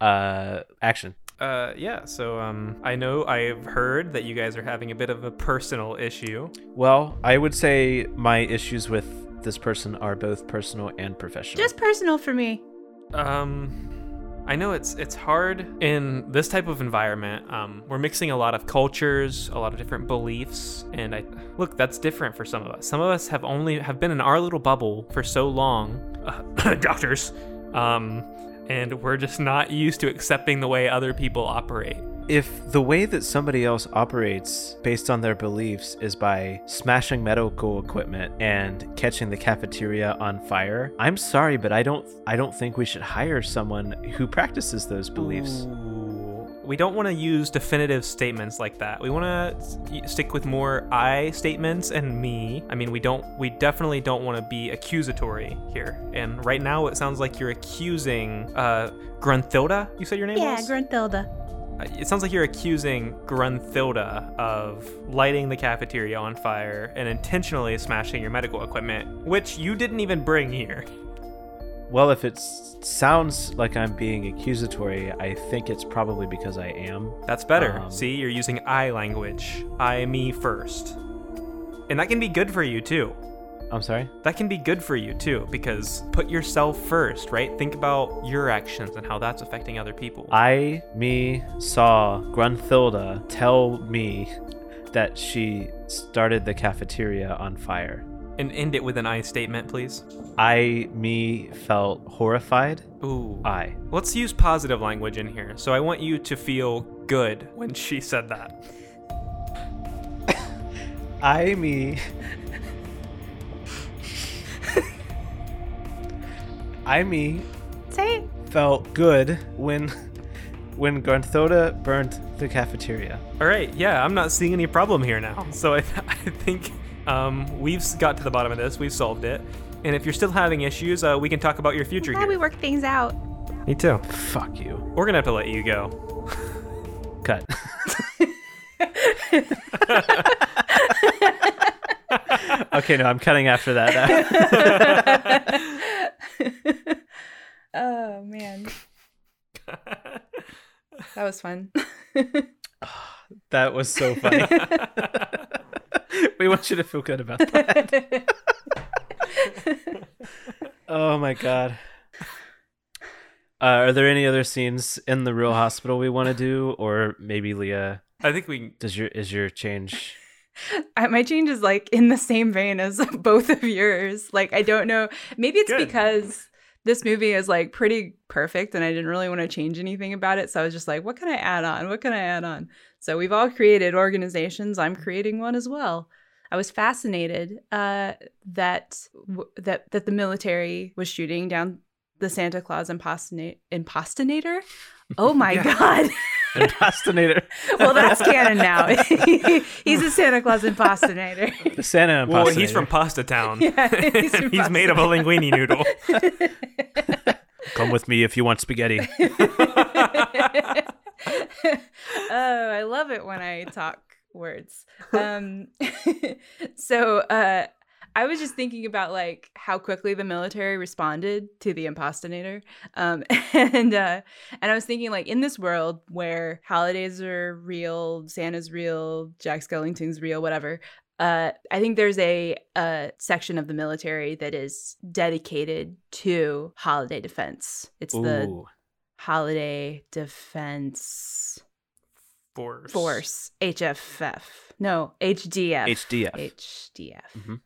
S1: uh, action.
S2: Uh, yeah. So um, I know I've heard that you guys are having a bit of a personal issue.
S1: Well, I would say my issues with this person are both personal and professional.
S4: Just personal for me.
S2: Um, I know it's it's hard in this type of environment. Um, we're mixing a lot of cultures, a lot of different beliefs, and I look that's different for some of us. Some of us have only have been in our little bubble for so long, uh, doctors, um, and we're just not used to accepting the way other people operate.
S1: If the way that somebody else operates based on their beliefs is by smashing medical equipment and catching the cafeteria on fire, I'm sorry, but I don't I don't think we should hire someone who practices those beliefs.
S2: Ooh. We don't want to use definitive statements like that. We want to stick with more I statements and me. I mean, we don't we definitely don't want to be accusatory here. And right now it sounds like you're accusing uh Grunthilda. You said your name
S4: Yeah,
S2: was?
S4: Grunthilda.
S2: Uh, It sounds like you're accusing Grunthilda of lighting the cafeteria on fire and intentionally smashing your medical equipment, which you didn't even bring here.
S1: Well, if it s- sounds like I'm being accusatory, I think it's probably because I am.
S2: That's better.
S1: Um,
S2: See, you're using I language. I, me first. And that can be good for you too.
S1: I'm sorry.
S2: That can be good for you too, because put yourself first, right? Think about your actions and how that's affecting other people.
S1: I, me, saw Grunthilda tell me that she started the cafeteria on fire.
S2: and end it with an I statement, please.
S1: I, me, felt horrified.
S2: Ooh.
S1: I.
S2: Let's use positive language in here. So I want you to feel good when she said that.
S1: I, me. I, me,
S4: Say,
S1: felt good when when Garthota burned the cafeteria.
S2: All right, yeah, I'm not seeing any problem here now. So I, I think um, we've got to the bottom of this. We've solved it. And if you're still having issues, uh, we can talk about your future
S4: Glad
S2: here.
S4: we worked things out.
S2: Me too.
S1: Fuck you.
S2: We're gonna have to let you go.
S1: Cut. okay, no, I'm cutting after that.
S4: Oh man, that was fun.
S1: That was so funny. we want you to feel good about that. oh my god. Uh, are there any other scenes in the real hospital we want to do, or maybe Leah?
S2: I think we can.
S1: Does your is your change?
S4: Uh, My change is like in the same vein as both of yours. Like I don't know, maybe it's
S2: Good.
S4: because this movie is like pretty perfect and I didn't really want to change anything about it, so I was just like, what can I add on? What can I add on? So we've all created organizations. I'm creating one as well. I was fascinated uh, that w- that that the military was shooting down the Santa Claus impostina- impostinator. Oh my
S2: Yeah.
S4: god!
S1: Impostinator.
S4: well, that's canon now. he's a Santa Claus impersonator.
S1: The Santa
S2: Well,
S1: imposter.
S2: he's from Pasta Town.
S4: Yeah, he's from
S2: And he's made of a
S4: Pasta
S2: linguine noodle.
S1: Come with me if you want spaghetti.
S4: oh, I love it when I talk words. Um, so uh, I was just thinking about like how quickly the military responded to the impostinator, um, and uh, and I was thinking like in this world where holidays are real, Santa's real, Jack Skellington's real, whatever. Uh, I think there's a, a section of the military that is dedicated to holiday defense. It's the
S1: Ooh,
S4: holiday defense
S2: Force.
S4: force hff no hdf
S1: HDF.
S4: hdf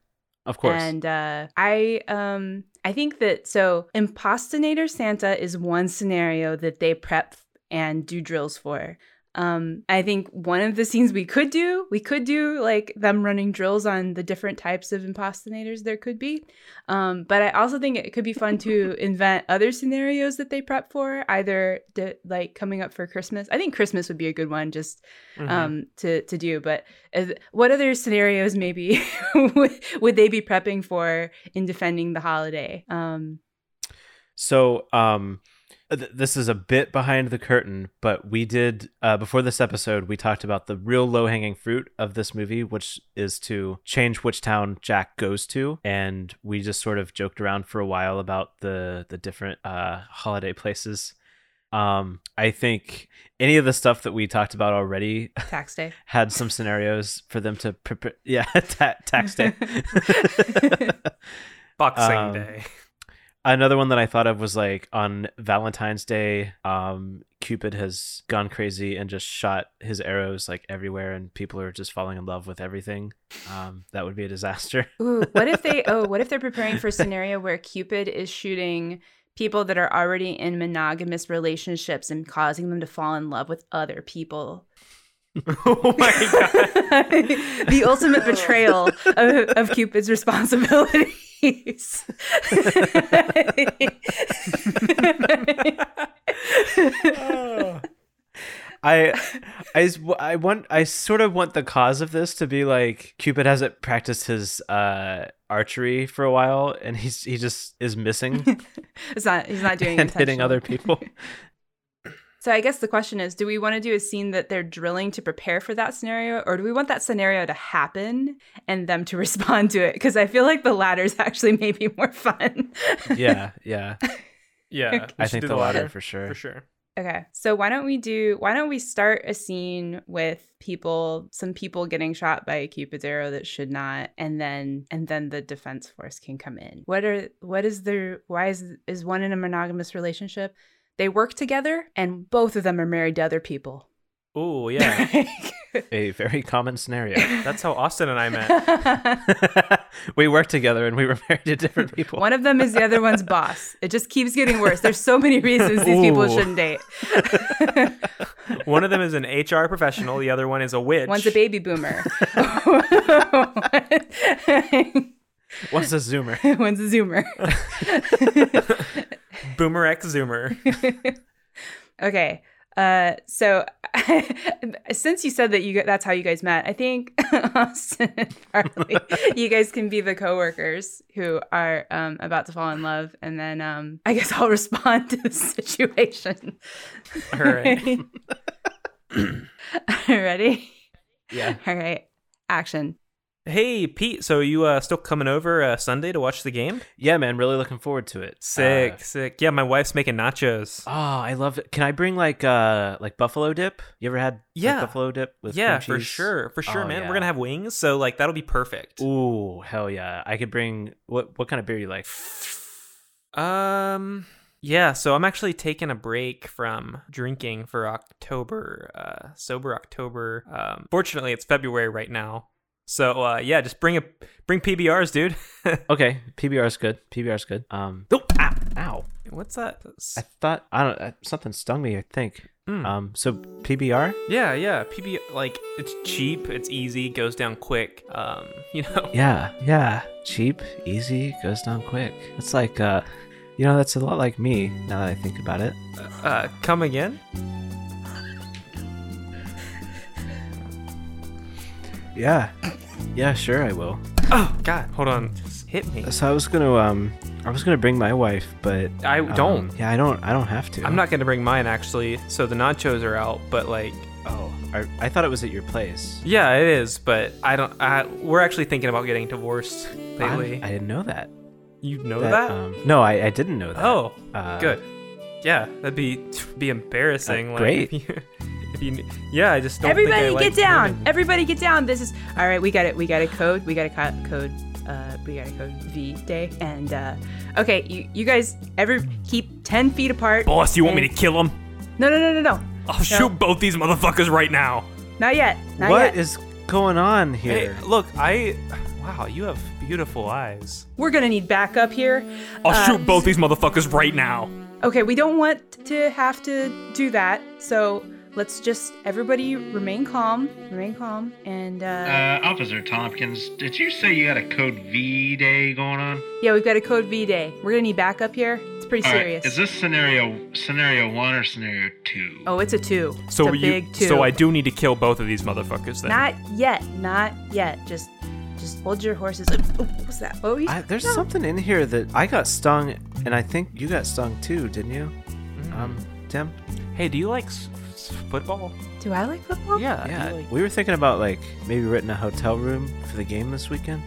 S1: of course.
S4: and uh, I um I think that so impostinator Santa is one scenario that they prep and do drills for. Um, I think one of the scenes we could do, we could do like them running drills on the different types of impostinators there could be. Um, but I also think it could be fun to invent other scenarios that they prep for, either d- like coming up for Christmas. I think Christmas would be a good one, just
S2: Mhm.
S4: um to to do but is, what other scenarios maybe would, would they be prepping for in defending the holiday um
S1: So, um, th- this is a bit behind the curtain, but we did uh, before this episode. We talked about the real low-hanging fruit of this movie, which is to change which town Jack goes to, and we just sort of joked around for a while about the the different uh, holiday places. Um, I think any of the stuff that we talked about already
S4: tax day
S1: had some scenarios for them to prepare. Yeah, ta- tax day.
S2: Boxing
S1: um,
S2: Day.
S1: another one that I thought of was like on Valentine's Day, um, Cupid has gone crazy and just shot his arrows like everywhere, and people are just falling in love with everything. Um, that would be a disaster.
S4: Ooh, what if they oh what if they're preparing for a scenario where cupid is shooting people that are already in monogamous relationships and causing them to fall in love with other people
S2: oh my god.
S4: the ultimate betrayal of, of Cupid's responsibilities.
S1: I, I, s- I want, I sort of want the cause of this to be like Cupid hasn't practiced his uh, archery for a while, and he's he just is missing
S4: it's not. He's not doing. it
S1: and hitting
S4: intentionally.
S1: other people.
S4: So I guess the question is, do we want to do a scene that they're drilling to prepare for that scenario, or do we want that scenario to happen and them to respond to it? Because I feel like the latter is actually maybe more fun.
S1: yeah, yeah.
S2: Yeah. we
S1: I
S2: should
S1: think
S2: do
S1: the latter
S2: latter,
S1: for sure.
S2: For sure.
S4: Okay. So why don't we do why don't we start a scene with people some people getting shot by a cupid's arrow that should not and then and then the defense force can come in. What are what is the why is is one in a monogamous relationship? They work together and both of them are married to other people.
S2: Oh yeah.
S1: A very common scenario.
S2: That's how Austin and I met.
S1: we worked together and we were married to different people.
S4: One of them is the other one's boss. It just keeps getting worse. There's so many reasons these people
S1: Ooh.
S4: shouldn't date.
S2: One of them is an HR professional. The other one is a witch.
S4: One's a baby boomer.
S1: What's a zoomer?
S4: One's a zoomer.
S2: Boomer X Zoomer.
S4: Okay. Uh, so since you said that you that's how you guys met, I think Austin and Farley, you guys can be the coworkers who are um, about to fall in love, and then um, I guess I'll respond to the situation.
S2: All right.
S4: Ready?
S2: Yeah.
S4: All right. Action.
S2: Hey Pete, so you uh, still coming over uh, Sunday to watch the game?
S1: Yeah, man, really looking forward to it.
S2: Sick,
S1: Uh,
S2: sick. Yeah, my wife's making nachos.
S1: Oh, I love it. Can I bring like uh like buffalo dip? You ever had like,
S2: Yeah.
S1: buffalo dip with
S2: yeah,
S1: cream
S2: for
S1: cheese?
S2: sure, for sure,
S1: Oh,
S2: man.
S1: yeah.
S2: We're gonna have wings, so like that'll be perfect.
S1: Ooh, hell yeah. I could bring what what kind of beer you like?
S2: Um, yeah. So I'm actually taking a break from drinking for October, uh, sober October. Um, fortunately, it's February right now. So uh, yeah, just bring a bring PBRs, dude.
S1: Okay, PBR's good. PBR's good. Um oh, ow, ow.
S2: What's that?
S1: I thought I don't uh, something stung me, I think.
S2: Mm.
S1: Um so PBR?
S2: yeah, yeah. PB like it's cheap, it's easy, goes down quick. Um, you know.
S1: Yeah, yeah. Cheap, easy, goes down quick. It's like uh you know, that's a lot like me now that I think about it.
S2: Uh, come again?
S1: Yeah. Yeah, sure I will.
S2: Oh God, hold on. Just hit me.
S1: So I was gonna um I was gonna bring my wife, but
S2: I
S1: um,
S2: don't.
S1: Yeah, I don't I don't have to.
S2: I'm not gonna bring mine actually. So the nachos are out, but like
S1: Oh, I, I thought it was at your place.
S2: Yeah, it is, but I don't. I, we're actually thinking about getting divorced lately.
S1: I, I didn't know that.
S2: you know that?
S1: Um, no, I, I didn't know that.
S2: oh,
S1: uh,
S2: good. Yeah, that'd be be embarrassing.
S1: Uh,
S2: like,
S1: great.
S2: If you, if you, yeah, I just don't. think I
S4: Everybody
S2: like
S4: get down.
S2: women.
S4: Everybody get down. This is all right. We got it. We got a code. We got a co- code. Uh, we got a code V day. And uh, okay, you you guys ever keep ten feet apart?
S2: Boss, you want me
S4: and-
S2: to kill him?
S4: No, no, no, no, no.
S2: I'll shoot both these motherfuckers right now.
S4: Not yet. Not
S1: What
S4: yet.
S1: is going on
S2: Hey,
S1: here?
S2: look, I. Wow, you have beautiful eyes.
S4: We're gonna need backup here. Um,
S2: I'll
S4: Uh,
S2: shoot both these motherfuckers right now.
S4: Okay, we don't want to have to do that. So let's just everybody remain calm. Remain calm. And uh,
S7: Uh, Officer Tompkins, did you say you had a code V day going on?
S4: yeah, we've got a code V day. We're gonna need backup here. It's pretty
S7: All right,
S4: serious.
S7: is this scenario scenario one or scenario two?
S4: oh, it's a two.
S2: So
S4: it's a
S2: you.
S4: big two.
S2: So I do need to kill both of these motherfuckers then.
S4: Not yet. Not yet. Just, just hold your horses. Oh, oh, what was that? What were you?
S1: I, there's something in here that I got stung, and I think you got stung too, didn't you?
S2: Mm.
S1: Um, Tim.
S2: hey, do you like s- s- football?
S4: Do I like football?
S2: Yeah. do you
S1: Yeah,
S2: like-
S1: Uh, we were thinking about like maybe renting a hotel room for the game this weekend.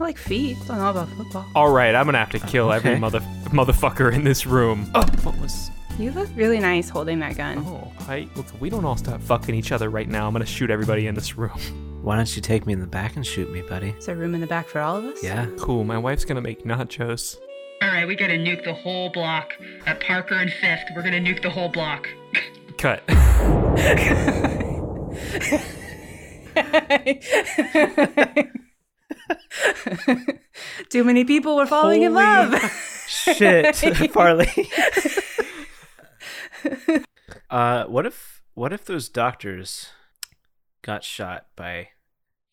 S4: I like feet. Don't know about football.
S2: All right, I'm gonna have to kill every
S1: okay.
S2: mother motherfucker in this room. Oh, what was?
S4: You look really nice holding that gun.
S2: Oh, I look. We don't all stop fucking each other right now. I'm gonna shoot everybody in this room.
S1: Why don't you take me in the back and shoot me, buddy?
S4: Is there room in the back for all of us?
S1: Yeah.
S2: Cool. My wife's gonna make nachos.
S8: All right, we gotta nuke the whole block. At Parker and Fifth, we're gonna nuke the whole block.
S2: Cut.
S4: Too many people were falling in
S1: Holy-
S4: love.
S1: Shit, Farley. uh, what if what if those doctors got shot by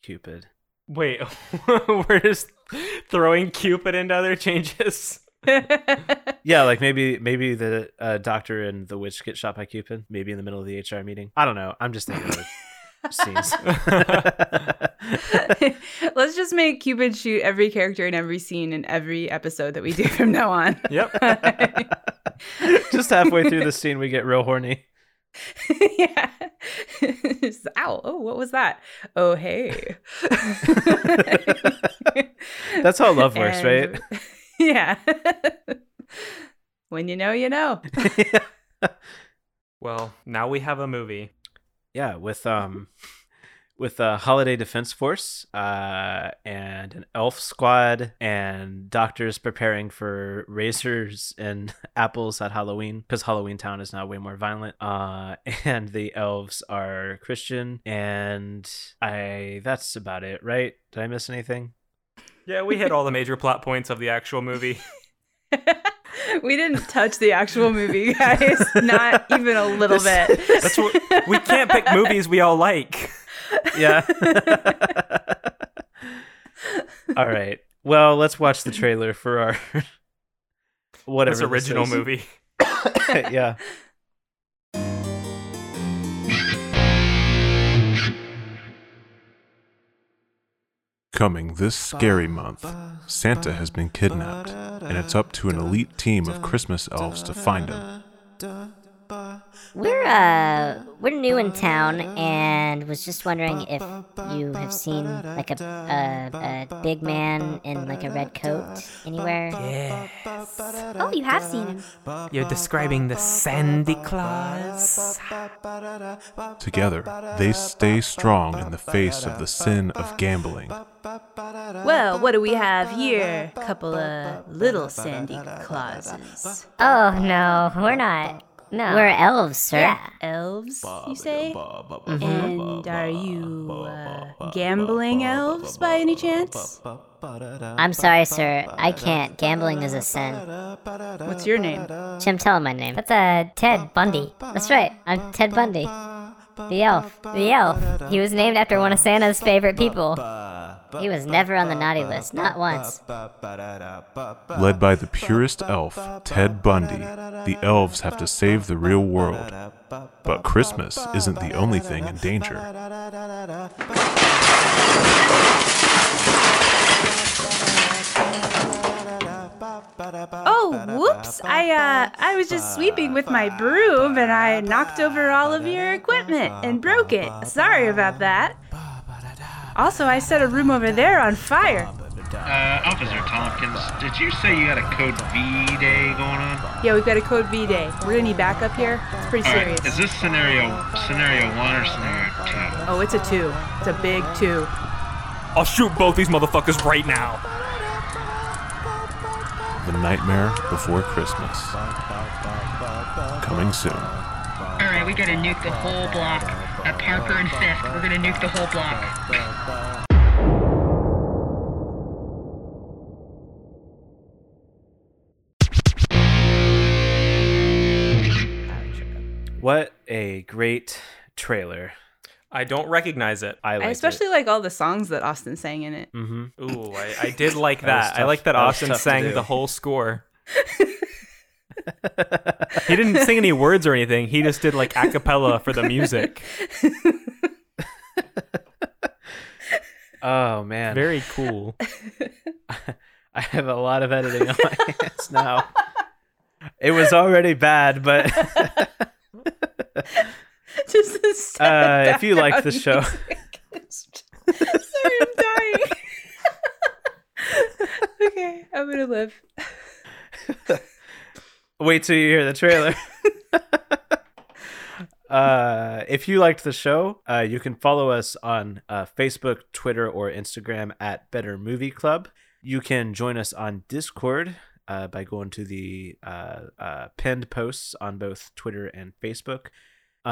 S1: Cupid?
S2: Wait, we're just throwing Cupid into other changes.
S1: Yeah, like maybe maybe the uh, doctor and the witch get shot by Cupid, maybe in the middle of the HR meeting. I don't know. I'm just thinking of scenes.
S4: Let's just make Cupid shoot every character in every scene in every episode that we do from now on.
S2: Yep.
S1: just halfway through the scene, we get real horny.
S4: yeah. Just, Ow. Oh, what was that? Oh, hey.
S1: That's how love works,
S4: And- Yeah. when you know, you know.
S1: right?
S2: well, now we have a movie.
S1: yeah, with um, with a holiday defense force, uh, and an elf squad, and doctors preparing for razors and apples at Halloween because Halloween Town is now way more violent. Uh, and the elves are Christian, and I. That's about it, right? Did I miss anything?
S2: Yeah, we hit all the major plot points of the actual movie.
S4: we didn't touch the actual movie, guys. Not even a little bit.
S2: That's what we can't pick movies we all like.
S1: Yeah. All right. Well, let's watch the trailer for our whatever
S2: This
S1: this
S2: original
S1: is.
S2: movie.
S1: yeah.
S9: Coming this scary month, Santa has been kidnapped, and it's up to an elite team of Christmas elves to find him.
S6: We're uh we're new in town and was just wondering if you have seen like a a, a big man in like a red coat anywhere.
S2: Yes.
S6: Oh, you have seen him.
S2: You're describing the Sandy Claus.
S9: Together, they stay strong in the face of the sin of gambling.
S4: Well, what do we have here? Couple of little Sandy Clauses.
S6: Oh no, we're not. No,
S5: We're elves, sir.
S6: yeah.
S4: Elves, you say? And are you uh, gambling elves by any chance?
S5: I'm sorry, sir. I can't. Gambling is a sin.
S4: What's your name?
S5: Jim, tell him my name.
S6: That's uh Ted Bundy.
S5: That's right. I'm Ted Bundy.
S6: The elf. The elf. He was named after one of Santa's favorite people.
S5: He was never on the naughty list, not once.
S9: Led by the purest elf, Ted Bundy, the elves have to save the real world. But Christmas isn't the only thing in danger.
S4: Oh, whoops! I uh, I was just sweeping with my broom and I knocked over all of your equipment and broke it. Sorry about that. Also, I set a room over there on fire.
S7: Uh, Officer Tompkins, did you say you had a code V day going on?
S4: Yeah, we've got a code V day. We're gonna need backup here. It's pretty
S7: All right,
S4: serious.
S7: is this scenario scenario one or scenario
S4: Oh, it's a two. It's a big two.
S2: I'll shoot both these motherfuckers right now.
S9: The Nightmare Before Christmas. Coming soon.
S8: All right, we gotta nuke the whole block. At Parker and Fifth, we're gonna nuke the whole block.
S1: What a great trailer.
S2: I don't recognize it.
S1: I,
S4: I
S1: liked
S4: especially like all the songs that Austin sang in it.
S1: it. hmm
S2: Ooh, I, I did like
S1: That was
S2: that. I
S1: tough.
S2: like that
S1: That was
S2: Austin
S1: tough to
S2: sang
S1: do.
S2: the whole score. he didn't sing any words or anything. He just did like a cappella for the music.
S1: Oh man,
S2: Very cool.
S1: I have a lot of editing on my hands now. It was already bad, but
S4: Just the sad
S1: Uh, if you liked the
S4: background
S1: show.
S4: music. Sorry, I'm dying. okay, I'm gonna live.
S1: wait till you hear the trailer. uh, if you liked the show, uh, you can follow us on uh, Facebook, Twitter, or Instagram at Better Movie Club. You can join us on Discord uh, by going to the uh, uh, pinned posts on both Twitter and Facebook.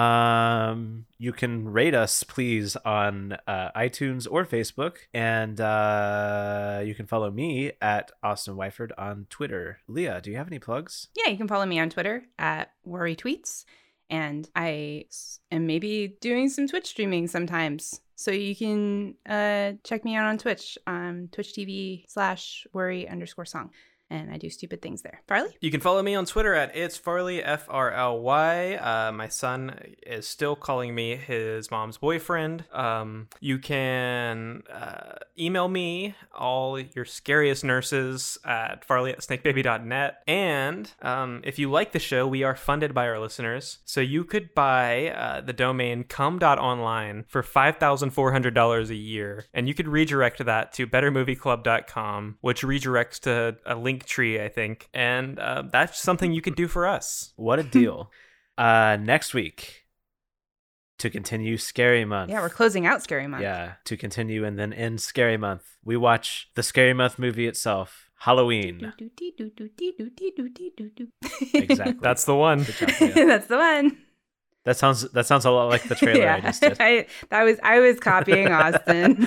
S1: Um, you can rate us, please, on uh, iTunes or Facebook, and uh, you can follow me at Austin Wyford on Twitter. Leah, do you have any plugs?
S4: Yeah, you can follow me on Twitter at Worry Tweets, and I s- am maybe doing some Twitch streaming sometimes. So you can uh, check me out on Twitch, um, Twitch TV slash Worry underscore Song, and I do stupid things there. Farley,
S2: You can follow me on Twitter at it's Farley F R L Y. Uh, my son is still calling me his mom's boyfriend. Um, you can uh, email me all your scariest nurses at Farley at snakebaby.net. And um, if you like the show, we are funded by our listeners, so you could buy uh, the domain com.online for five thousand four hundred dollars a year, and you could redirect that to bettermovieclub.com, which redirects to a link tree, I think, and uh, that's something you can do for us.
S1: What a deal. uh next week to continue Scary Month.
S4: yeah, we're closing out Scary Month.
S1: Yeah, to continue and then end Scary Month. We watch the Scary Month movie itself, Halloween. Exactly.
S2: That's the one.
S1: Good job, Leah.
S4: That's the one.
S1: that sounds that sounds a lot like the trailer I just did.
S4: I- that was I was copying Austin.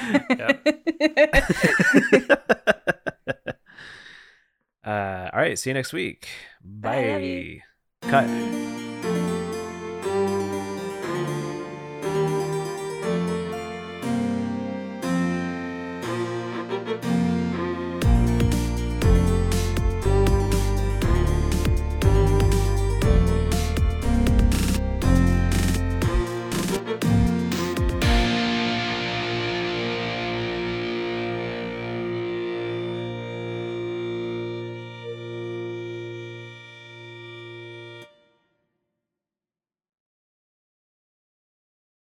S1: uh all right, see you next week. Bye.
S4: Bye, love you.
S1: Cut.
S4: Bye.